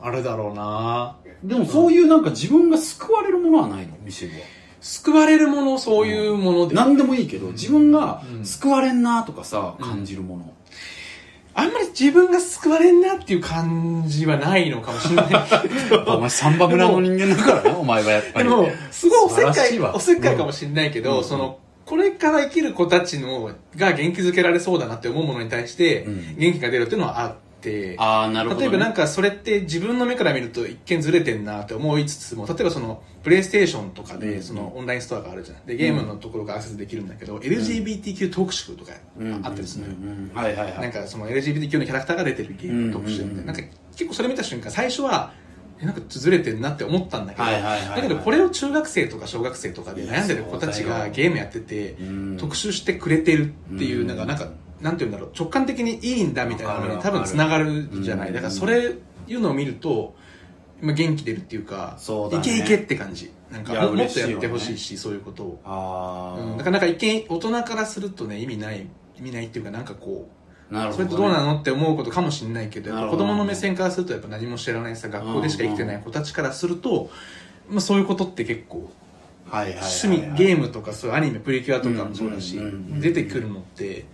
Speaker 4: あるだろうな
Speaker 3: でもそういうなんか自分が救われるものはないのミシェルは
Speaker 2: 救われるもの、そういうもので。
Speaker 3: 何でもいいけど自分が
Speaker 4: うん
Speaker 3: 救われんなとかさ感じるもの
Speaker 2: あんまり自分が救われんなっていう感じはないのかもし
Speaker 3: [LAUGHS]
Speaker 2: れないけ
Speaker 3: やっぱお前サンバ村の人間だからなお前はやっぱ
Speaker 2: ど、で
Speaker 3: り
Speaker 2: も、すごいおせっ
Speaker 3: 素晴ら
Speaker 2: か
Speaker 3: し
Speaker 2: い、
Speaker 3: いわ
Speaker 2: おせっかいかもしれないけど、
Speaker 3: うん
Speaker 2: その、これから生きる子たちの、が元気づけられそうだなって思うものに対して
Speaker 3: うん、
Speaker 2: 元気が出るっていうのはあって、
Speaker 3: ああなるほど
Speaker 2: 例えばなん
Speaker 3: か
Speaker 2: かそれって自分の目から見ると一見ずれてんなって思いつつも例えばそのプレイステーションとか
Speaker 3: うん
Speaker 2: でそのオンラインストアがあるじゃんでゲームのところがアクセスできるんだけど、LGBTQ 特集とかあったりするのよ、
Speaker 3: はいはいは
Speaker 2: なん
Speaker 3: い
Speaker 2: かその LGBTQ のキャラクターが出てるゲームの特集みたいな,、
Speaker 3: うん
Speaker 2: なんか結構それ見た瞬間最初はえなんかずれてんなって思ったんだけど、
Speaker 3: はいはいはいはい
Speaker 2: だけどこれを中学生とか小学生とかで悩んでる子たち
Speaker 3: いやそうだ
Speaker 2: が
Speaker 3: よ
Speaker 2: ゲームやってて、
Speaker 3: うん
Speaker 2: 特集してくれてるっていう、
Speaker 3: うん
Speaker 2: なんかなんかなんて言うんだろう直感的にいいんだみたいなのに
Speaker 3: わか
Speaker 2: 多
Speaker 3: るわ
Speaker 2: 分
Speaker 3: かる
Speaker 2: つながるじゃない、
Speaker 3: うん
Speaker 2: だからそれいうのを見ると今元気出るっていうか
Speaker 3: そうだね
Speaker 2: いけいけって感じなん
Speaker 3: い
Speaker 2: か
Speaker 3: や
Speaker 2: もも
Speaker 3: 嬉
Speaker 2: っ
Speaker 3: しい
Speaker 2: と
Speaker 3: よ
Speaker 2: や
Speaker 3: ね
Speaker 2: ってほしいしそういうことを、
Speaker 3: あ
Speaker 2: うん、な
Speaker 3: あ
Speaker 2: かなか一見大人からするとね意味ない意味ないっていうかなんかこう
Speaker 3: なる
Speaker 2: そ
Speaker 3: ほど
Speaker 2: れ
Speaker 3: ね
Speaker 2: ってどうなのって思うことかもしれないけどやっ
Speaker 3: な
Speaker 2: ぱ
Speaker 3: るほ
Speaker 2: 子
Speaker 3: ど
Speaker 2: 供の目線からするとやっぱ何も知らないさ学校でしか生きてない子たちからすると、まあ、そういうことって結構
Speaker 3: はいはいはいはい
Speaker 2: 趣味ゲームとかそういうアニメプリキュアとかもそうだし
Speaker 3: うんうんうんうん
Speaker 2: 出てくるのって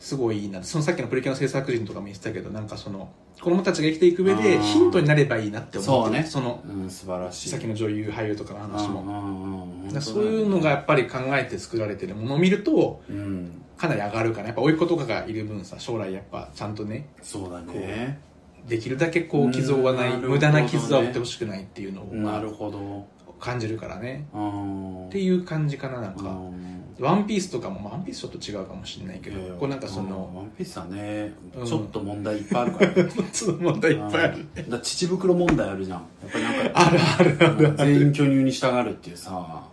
Speaker 2: すごいいいなそのさっきのプリキュアの制作人とかも言ってたけどなんかその子供たちが生きていく上で
Speaker 3: あー
Speaker 2: ヒントになればいいなって思
Speaker 3: そ
Speaker 2: っ
Speaker 3: う
Speaker 2: て
Speaker 3: ね
Speaker 2: その
Speaker 3: うん素晴らしい
Speaker 2: さっきの女優俳優とかの話
Speaker 3: うん
Speaker 2: も。
Speaker 3: うんうんうん
Speaker 2: だからそういうのがやっぱり考えて作られてるものを見ると
Speaker 3: うん
Speaker 2: かなり上がるかなやっぱ甥いっ子とかがいる分さ将来やっぱちゃんとね
Speaker 3: そうだね
Speaker 2: できるだけこう傷を負わない、
Speaker 3: うん
Speaker 2: 無駄な傷は負ってほしくないっていうの
Speaker 3: なる
Speaker 2: を
Speaker 3: ほど
Speaker 2: 感じるからね、
Speaker 3: うん
Speaker 2: っていう感じかななん
Speaker 3: う
Speaker 2: か、
Speaker 3: ん
Speaker 2: ワンピースとかもまあワンピースちょっと違うかもしれないけど、
Speaker 3: いやいや
Speaker 2: こうなんかそうの、
Speaker 3: ワンピースはね
Speaker 2: うん
Speaker 3: ちょっと問題いっぱいあるからね
Speaker 2: その問題 [LAUGHS] いっぱいある、
Speaker 3: うんだから乳袋問題あるじゃんやっぱりなんかうん全員巨乳に従うっていうさ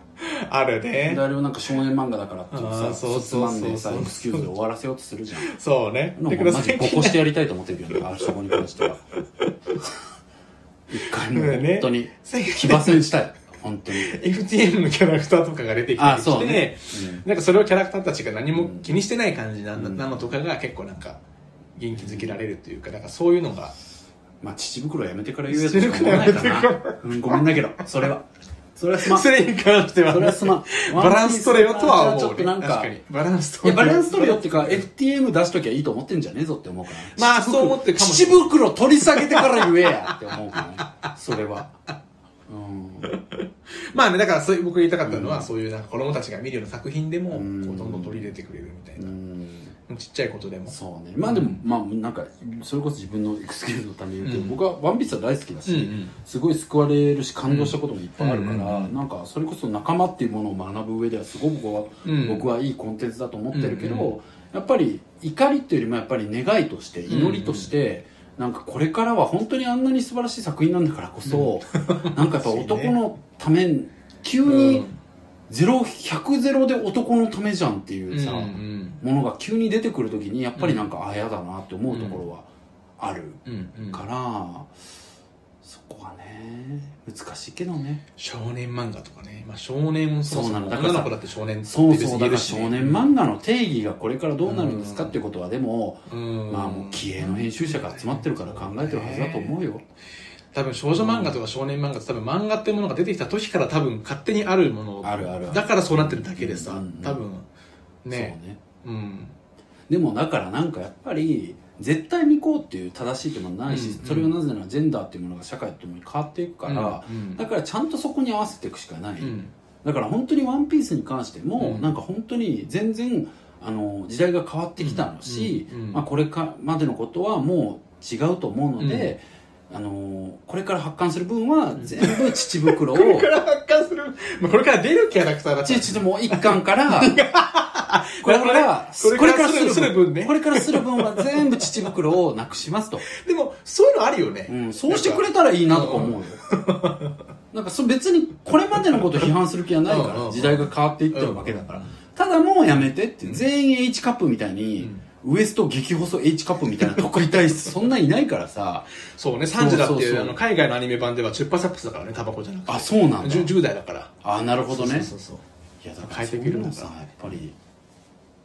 Speaker 2: ある
Speaker 3: で
Speaker 2: ね
Speaker 3: あれをなんか少年漫画だからっていう
Speaker 2: あ
Speaker 3: さ
Speaker 2: ーそう
Speaker 3: つ
Speaker 2: そう
Speaker 3: ま
Speaker 2: そうんそう
Speaker 3: でさエクスキューズで終わらせようとするじゃん
Speaker 2: そうね
Speaker 3: なん
Speaker 2: だ
Speaker 3: か
Speaker 2: から
Speaker 3: マジ
Speaker 2: 最
Speaker 3: でこ
Speaker 2: 近
Speaker 3: こしてやりたいと思ってるよねあそこに関しては一回もう
Speaker 2: [LAUGHS]
Speaker 3: 本
Speaker 2: ね
Speaker 3: 当に
Speaker 2: 最
Speaker 3: 騎
Speaker 2: 近
Speaker 3: 馬戦したい本当に
Speaker 2: FTM のキャラクターとかが出てきた
Speaker 3: あ
Speaker 2: り
Speaker 3: そ
Speaker 2: し
Speaker 3: う
Speaker 2: て、
Speaker 3: ね
Speaker 2: なんかそれをキャラクターたちが何も気にしてない感じな,、
Speaker 3: うん
Speaker 2: なのとかが結構なんか元気づけられるというかなんかそういうのが
Speaker 3: まあ乳袋やめてから言うやつしか思わないか
Speaker 2: 乳袋や
Speaker 3: な、うん、ごめんだけどそれはそれはすまん
Speaker 2: [LAUGHS] そ
Speaker 3: そ
Speaker 2: れに関しては
Speaker 3: れはすまん
Speaker 2: [LAUGHS] バランス取れよとは思う、ね、
Speaker 3: ちょっとなん
Speaker 2: 確
Speaker 3: か
Speaker 2: かにバランス
Speaker 3: い
Speaker 2: 取
Speaker 3: や
Speaker 2: れ
Speaker 3: バ
Speaker 2: よ
Speaker 3: ランス取れよっていうか FTM 出しときゃいいと思ってんじゃねえぞって思うから
Speaker 2: まあそう思ってるかもし
Speaker 3: 乳
Speaker 2: れない
Speaker 3: 袋取り下げてから言えやって思うからねそれはうん
Speaker 2: まあねだからそういう僕が言いたかったのは、そういうなんか子供たちが見るような作品でも、
Speaker 3: ん
Speaker 2: こうどんどん取り入れてくれるみたいな、
Speaker 3: うん
Speaker 2: ちっちゃいことでも
Speaker 3: そうねまあでも、まあなんかそれこそ自分のエクスキューズのために言うけど、
Speaker 2: うん
Speaker 3: 僕は「ワンピースは大好きだし、
Speaker 2: うんうん
Speaker 3: すごい救われるし感動したこともいっぱいあるから、
Speaker 2: うん
Speaker 3: なんかそれこそ仲間っていうものを学ぶ上ではすごく僕は,、
Speaker 2: うん
Speaker 3: 僕はいいコンテンツだと思ってるけど、
Speaker 2: うんう
Speaker 3: やっぱり怒りっていうよりもやっぱり願いとして祈りとして、なんかこれからは本当にあんなに素晴らしい作品なんだからこそ、なんかやっぱ男のために急に0100で男のためじゃんっていうさ、
Speaker 2: うん
Speaker 3: ものが急に出てくるときにやっぱりなんか、ああやだなって思うところはある
Speaker 2: うんうん
Speaker 3: から、そこはね難しいけどね
Speaker 2: 少年漫画とかね、まあ、少年もそう
Speaker 3: そう
Speaker 2: な
Speaker 3: な
Speaker 2: の
Speaker 3: のだから
Speaker 2: 女の子だって少年って
Speaker 3: そうそうだ
Speaker 2: 言
Speaker 3: か
Speaker 2: える
Speaker 3: ら
Speaker 2: し
Speaker 3: 少
Speaker 2: ね
Speaker 3: 年漫画の定義がこれからどうなるんですかっていうことはでも、
Speaker 2: うん
Speaker 3: まあもう気鋭の編集者が集まってるから考えてるはずだと思うよ、
Speaker 2: 多分少女漫画とか少年漫画って多分漫画ってものが出てきた時から多分勝手にあるもの
Speaker 3: あるあるある
Speaker 2: だからそうなってるだけでさ、
Speaker 3: うんうんうん
Speaker 2: 多分ね
Speaker 3: そうね
Speaker 2: うん
Speaker 3: でもだからなんかやっぱり絶対にこうっていう正しいってものはないし、
Speaker 2: うんうん
Speaker 3: それがなぜならジェンダーっていうものが社会とともに変わっていくから、
Speaker 2: うんうん
Speaker 3: だからちゃんとそこに合わせていくしかない、
Speaker 2: うん
Speaker 3: だから本当に「ワンピースに関しても、
Speaker 2: うん
Speaker 3: なんか本当に全然あの時代が変わってきたのし、
Speaker 2: うんうん
Speaker 3: まあ、これかまでのことはもう違うと思うので、あのこれから発刊する分は全部乳袋を
Speaker 2: これ [LAUGHS] から発刊する、まあ、これから出るキャラクターだった
Speaker 3: ちちもう一巻から
Speaker 2: [LAUGHS]
Speaker 3: これから
Speaker 2: これ
Speaker 3: これ
Speaker 2: か
Speaker 3: からら
Speaker 2: す
Speaker 3: す
Speaker 2: る
Speaker 3: る
Speaker 2: する分ね
Speaker 3: これからする分は全部乳袋をなくしますと、
Speaker 2: でもそういうのあるよね、
Speaker 3: うん、そうしてくれたらいいなとか思うよなんかそ別にこれまでのこと批判する気はないか
Speaker 2: うんうん
Speaker 3: ら時代が変わっていってるわけだからただもうやめてって、全員 H カップみたいに、ウエスト激細 H カップみたいな特異体
Speaker 2: [LAUGHS]
Speaker 3: 質そんないないからさ、
Speaker 2: そうねサンジだっていう
Speaker 3: そうそうそう
Speaker 2: あの海外のアニメ版ではチュッパサップスだからねタバコじゃなくて
Speaker 3: あ、そうなんだ。
Speaker 2: 10, 代だから
Speaker 3: あ、なるほどね。
Speaker 2: そうそうそう
Speaker 3: いや、だか
Speaker 2: 変
Speaker 3: ら
Speaker 2: え
Speaker 3: そ
Speaker 2: て
Speaker 3: う
Speaker 2: く
Speaker 3: い
Speaker 2: る
Speaker 3: う
Speaker 2: の
Speaker 3: の
Speaker 2: か
Speaker 3: さ、やっぱり、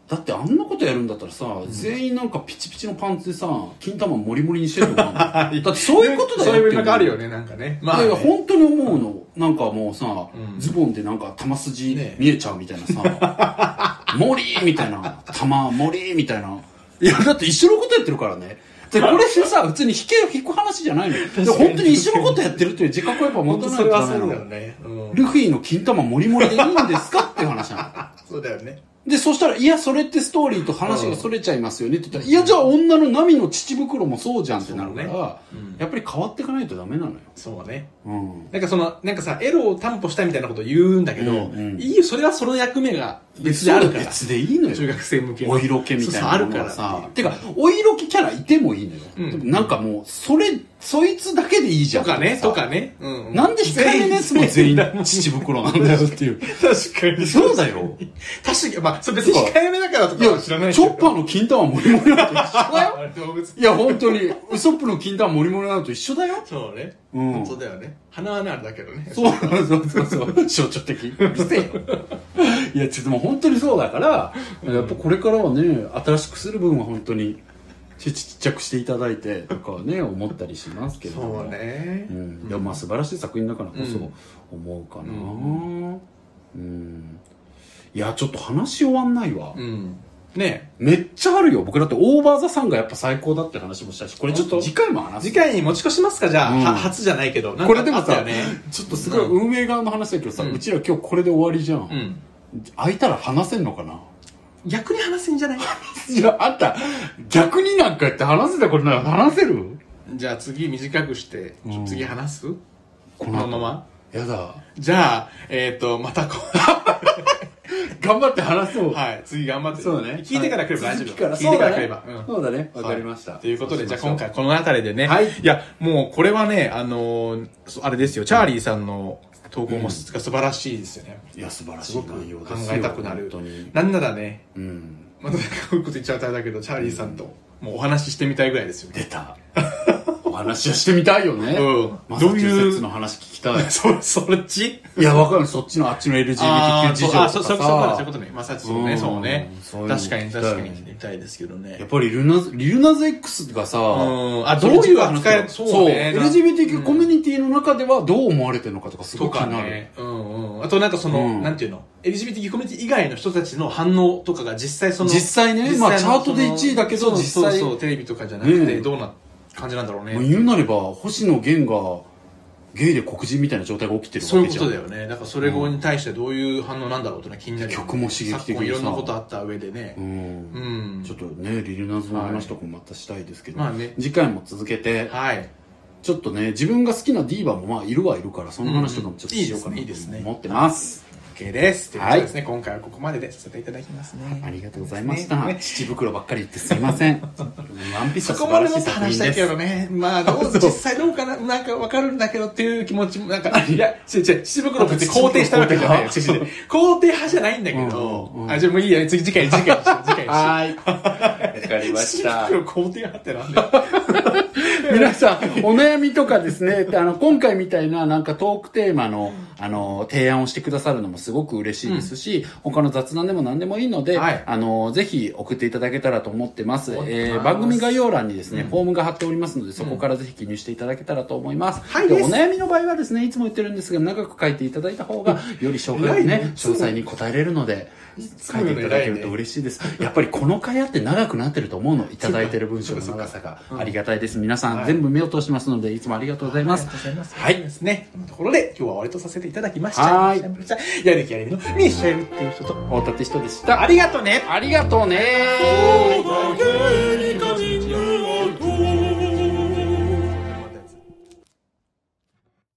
Speaker 3: だってあんなことやるんだったらさ、全員なんかピチピチのパンツでさ金玉モリモリにしてるのか
Speaker 2: [LAUGHS]
Speaker 3: なだってそういうことだよ
Speaker 2: そういうなんかあるよ
Speaker 3: ね
Speaker 2: ね、なんかね。
Speaker 3: ま
Speaker 2: ま
Speaker 3: あ、
Speaker 2: あ、
Speaker 3: いや本当に思うのなんかもうさ、
Speaker 2: うん
Speaker 3: ズボンでなんか玉筋
Speaker 2: ね
Speaker 3: 見えちゃうみたいなさ [LAUGHS] 「モリー!」みたいな「玉モリー!」みたいないやだって一緒のことやってるからねでこれってさ普通に引け引く話じゃないので本当に一緒のことやってるという自覚をやっぱ持
Speaker 2: 本
Speaker 3: たない
Speaker 2: 当そ
Speaker 3: と
Speaker 2: れは
Speaker 3: ダメな
Speaker 2: そうだよ
Speaker 3: の
Speaker 2: ね。うん。
Speaker 3: ルフィの金玉モリモリでいいんですかっていう話なの
Speaker 2: そうだよね。
Speaker 3: で、そしたら、いや、それってストーリーと話がそれちゃいますよねって言ったら、いや、じゃあ女の波の乳袋もそうじゃんってなるから、
Speaker 2: そうねうん
Speaker 3: やっぱり変わっていかないとダメなのよ。
Speaker 2: そうね。
Speaker 3: うん。
Speaker 2: なんかその、なんかさ、エロを担保したいみたいなこと言うんだけど、
Speaker 3: うんうん
Speaker 2: いいよ、それはその役目が別であるから。
Speaker 3: 別でいいのよ。
Speaker 2: 中学生向けの
Speaker 3: お色気みたいなものが
Speaker 2: そうそうあるから
Speaker 3: さ
Speaker 2: っ。
Speaker 3: てか、お色気キャラいてもいいのよ。
Speaker 2: うん
Speaker 3: でもなんかもう、それ、そいつだけでいいじゃ
Speaker 2: と
Speaker 3: ん。
Speaker 2: かね、
Speaker 3: さ
Speaker 2: とか。ね。うん。
Speaker 3: なんで控えめなやつも
Speaker 2: [LAUGHS]
Speaker 3: 全員
Speaker 2: だもん
Speaker 3: 乳袋なんだよっていう。
Speaker 2: 確かに。
Speaker 3: そうだよ。
Speaker 2: 確かに、まあ、それ別に控えめだからと
Speaker 3: い
Speaker 2: か
Speaker 3: や、
Speaker 2: は
Speaker 3: チ
Speaker 2: 知
Speaker 3: ョ
Speaker 2: らない
Speaker 3: ッパーの金玉モリモリなんて一緒だよ。
Speaker 2: あれ動物。
Speaker 3: いや、本当に、ウソップの金玉モリモリなのと一緒だよ。
Speaker 2: そうね。
Speaker 3: うん
Speaker 2: 本当だよね。鼻はね、あれだけどね。
Speaker 3: そうそうそうそう。象徴的。うるせえよ。いや、ちょっともう本当にそうだから、やっぱこれからはね、新しくする分は本当に、ちちっちゃくしていただいて、とかはね、思ったりしますけど。
Speaker 2: そう。ね
Speaker 3: う。ん。いや、まあ素晴らしい作品だからこ
Speaker 2: う
Speaker 3: そ
Speaker 2: ん
Speaker 3: 思うかな。う。
Speaker 2: うん
Speaker 3: いや、ちょっと話終わんないわ。
Speaker 2: うん。ね
Speaker 3: めっちゃあるよ。僕だってオーバーザさんがやっぱ最高だって話もしたし、これちょっと
Speaker 2: 本当
Speaker 3: 次回も話す
Speaker 2: 次。回に持ち越しますかじゃあ、
Speaker 3: うん
Speaker 2: は初じゃないけど。なんか
Speaker 3: これでも
Speaker 2: あった
Speaker 3: さ、
Speaker 2: よね。
Speaker 3: ちょっとすごい運営側の話だけどさ、う
Speaker 2: うん
Speaker 3: ちら今日これで終わりじゃん。
Speaker 2: うん。
Speaker 3: 開いたら話せんのかな
Speaker 2: 逆に話せんじゃない
Speaker 3: いや、あんた、逆になんかやって話せたことない話せる
Speaker 2: じゃあ次短くして、
Speaker 3: うん
Speaker 2: 次話す
Speaker 3: こ
Speaker 2: このまま
Speaker 3: やだ。
Speaker 2: じゃあ、えっ、と、またこ
Speaker 3: 頑張って話そう
Speaker 2: う、。はい、次頑張って。
Speaker 3: そうだね。
Speaker 2: 聞いてから来れば大丈夫。
Speaker 3: 続きから
Speaker 2: 聞いてから来れば。
Speaker 3: そうだね
Speaker 2: う
Speaker 3: そ
Speaker 2: ん
Speaker 3: うだね。わかりました。
Speaker 2: はいということで、じゃあ
Speaker 3: そうし
Speaker 2: 今
Speaker 3: ましょう
Speaker 2: 回この辺りでね。
Speaker 3: はい
Speaker 2: や、もうこれはね、あのーそあれですよ、チャーリーさんの投稿もすが素晴らしいですよね。
Speaker 3: いや、素晴らし
Speaker 2: す
Speaker 3: い
Speaker 2: ごく考
Speaker 3: 内容ですよ
Speaker 2: えたくなる
Speaker 3: 本当に。。
Speaker 2: なんならね、
Speaker 3: うん。
Speaker 2: またなんかこういうこと言っちゃうとあれだけど、チャーリーさんともうお話ししてみたいぐらいですよね。
Speaker 3: 出 [LAUGHS] た。お話をしてみたいよね。
Speaker 2: うん
Speaker 3: マ
Speaker 2: ど
Speaker 3: サ
Speaker 2: う
Speaker 3: チ
Speaker 2: い
Speaker 3: ュ
Speaker 2: う
Speaker 3: ーセッツの話聞きたい。
Speaker 2: そ、そっち
Speaker 3: いや、わかる。そっちのあっちの LGBTQ
Speaker 2: あー
Speaker 3: 事情と
Speaker 2: そう
Speaker 3: か
Speaker 2: あ、
Speaker 3: さ
Speaker 2: そう、そう、そういうことねそういうことね。まさちそう
Speaker 3: う
Speaker 2: ね、
Speaker 3: ん
Speaker 2: そうね。
Speaker 3: そういうの
Speaker 2: 確かに、
Speaker 3: 聞きたい
Speaker 2: 確かに。聞きたいですけどね
Speaker 3: やっ。ぱりリルナズ、リルナズ X がさ、
Speaker 2: うんあ
Speaker 3: それ
Speaker 2: どういう扱い
Speaker 3: そ
Speaker 2: そううね
Speaker 3: LGBTQ コミュニティの中ではどう思われてるのかとかすご
Speaker 2: と
Speaker 3: く気
Speaker 2: か
Speaker 3: になる。
Speaker 2: ね。うんうん。あとなんかその、
Speaker 3: うん
Speaker 2: なんていうの ?LGBT コミュニティ以外の人たちの反応とかが実際その。
Speaker 3: 実際ね
Speaker 2: 実
Speaker 3: まあ
Speaker 2: 際の
Speaker 3: チャートで1位だけど
Speaker 2: そのそう
Speaker 3: 実際
Speaker 2: そうそう、テレビとかじゃなく
Speaker 3: ね
Speaker 2: て、どうな感じなんだろう
Speaker 3: もう
Speaker 2: ね。
Speaker 3: 言うなれば、星野源がゲイで黒人みたいな状態が起きてる
Speaker 2: そう
Speaker 3: わ
Speaker 2: い
Speaker 3: け
Speaker 2: うこ
Speaker 3: じゃん。
Speaker 2: とだよね。だからそれに対してどういう反応なんだろうってのは気になるよね。
Speaker 3: 曲も刺激的でさ
Speaker 2: 昨今いろんなことあった上でね。う
Speaker 3: うんん。。ちょっとね、リルナズの話とかもまたしたいですけど、
Speaker 2: まあね。
Speaker 3: 次回も続けて、
Speaker 2: はい。
Speaker 3: ちょっとね、自分が好きなディーバもまあいるはいるから、その話とかもちょっとしようかな
Speaker 2: うんうんいいですね
Speaker 3: と思ってます。
Speaker 2: OK です。というこ
Speaker 3: はい
Speaker 2: とでですね、今回はここまででさせていただきますね。
Speaker 3: ありがとうございました。
Speaker 2: ね
Speaker 3: 乳袋ばっかり言ってすいませ [LAUGHS] ん。ワンピース
Speaker 2: そ
Speaker 3: は素
Speaker 2: こま
Speaker 3: 晴
Speaker 2: で
Speaker 3: らしい
Speaker 2: の
Speaker 3: 作
Speaker 2: 話
Speaker 3: 品
Speaker 2: したい
Speaker 3: で
Speaker 2: け
Speaker 3: す
Speaker 2: ど。ね。まあ、どうぞ、
Speaker 3: そう
Speaker 2: 実際どうかな、なんかわかるんだけどっていう気持ちも、なんか、いや、違う違う、七袋別に肯定したわけじゃないよ。
Speaker 3: 肯
Speaker 2: 違
Speaker 3: 定
Speaker 2: う違う違う肯定派じゃないんだけど
Speaker 3: うんうんう、ん
Speaker 2: あ、じゃあもういいや、次、次回、次回にしよう、次回にしよう。
Speaker 3: はい。わかりま
Speaker 2: 七
Speaker 3: した。
Speaker 2: 袋肯定派ってなんだよ。
Speaker 3: [LAUGHS] 皆さん、お悩みとかですね、あの、今回みたいななんかトークテーマの、あの、提案をしてくださるのもすごく嬉しいですし、他の雑談でも何でもいいので、
Speaker 2: はい
Speaker 3: あの、ぜひ送っていただけたらと思ってます。
Speaker 2: 思ってます
Speaker 3: えー番組概要欄にですね、フォームが貼っておりますので、そこからぜひ記入していただけたらと思います。
Speaker 2: はい
Speaker 3: で
Speaker 2: で
Speaker 3: お
Speaker 2: す
Speaker 3: 悩みの場合はですね、いつも言ってるんですが、長く書いていただいた方が、より紹介
Speaker 2: 偉
Speaker 3: をね
Speaker 2: いね、
Speaker 3: 詳細に答えれるので、
Speaker 2: つ
Speaker 3: 書
Speaker 2: も
Speaker 3: い
Speaker 2: よ
Speaker 3: て
Speaker 2: り
Speaker 3: いただけると嬉しいです。やっぱりこの会話って長くなってると思うの、いただいてる文章の長さがありがたいです。皆さん、
Speaker 2: はい
Speaker 3: 全部目を通しますので、いつもありがとうございます。
Speaker 2: はい。ですね。こんなところで、今日は終わりとさせていただきました。
Speaker 3: はい
Speaker 2: やる気やる気のミッシェルっていう人と、
Speaker 3: 大立人でした。
Speaker 2: ありがとうね。
Speaker 3: ありがとうね
Speaker 5: だけ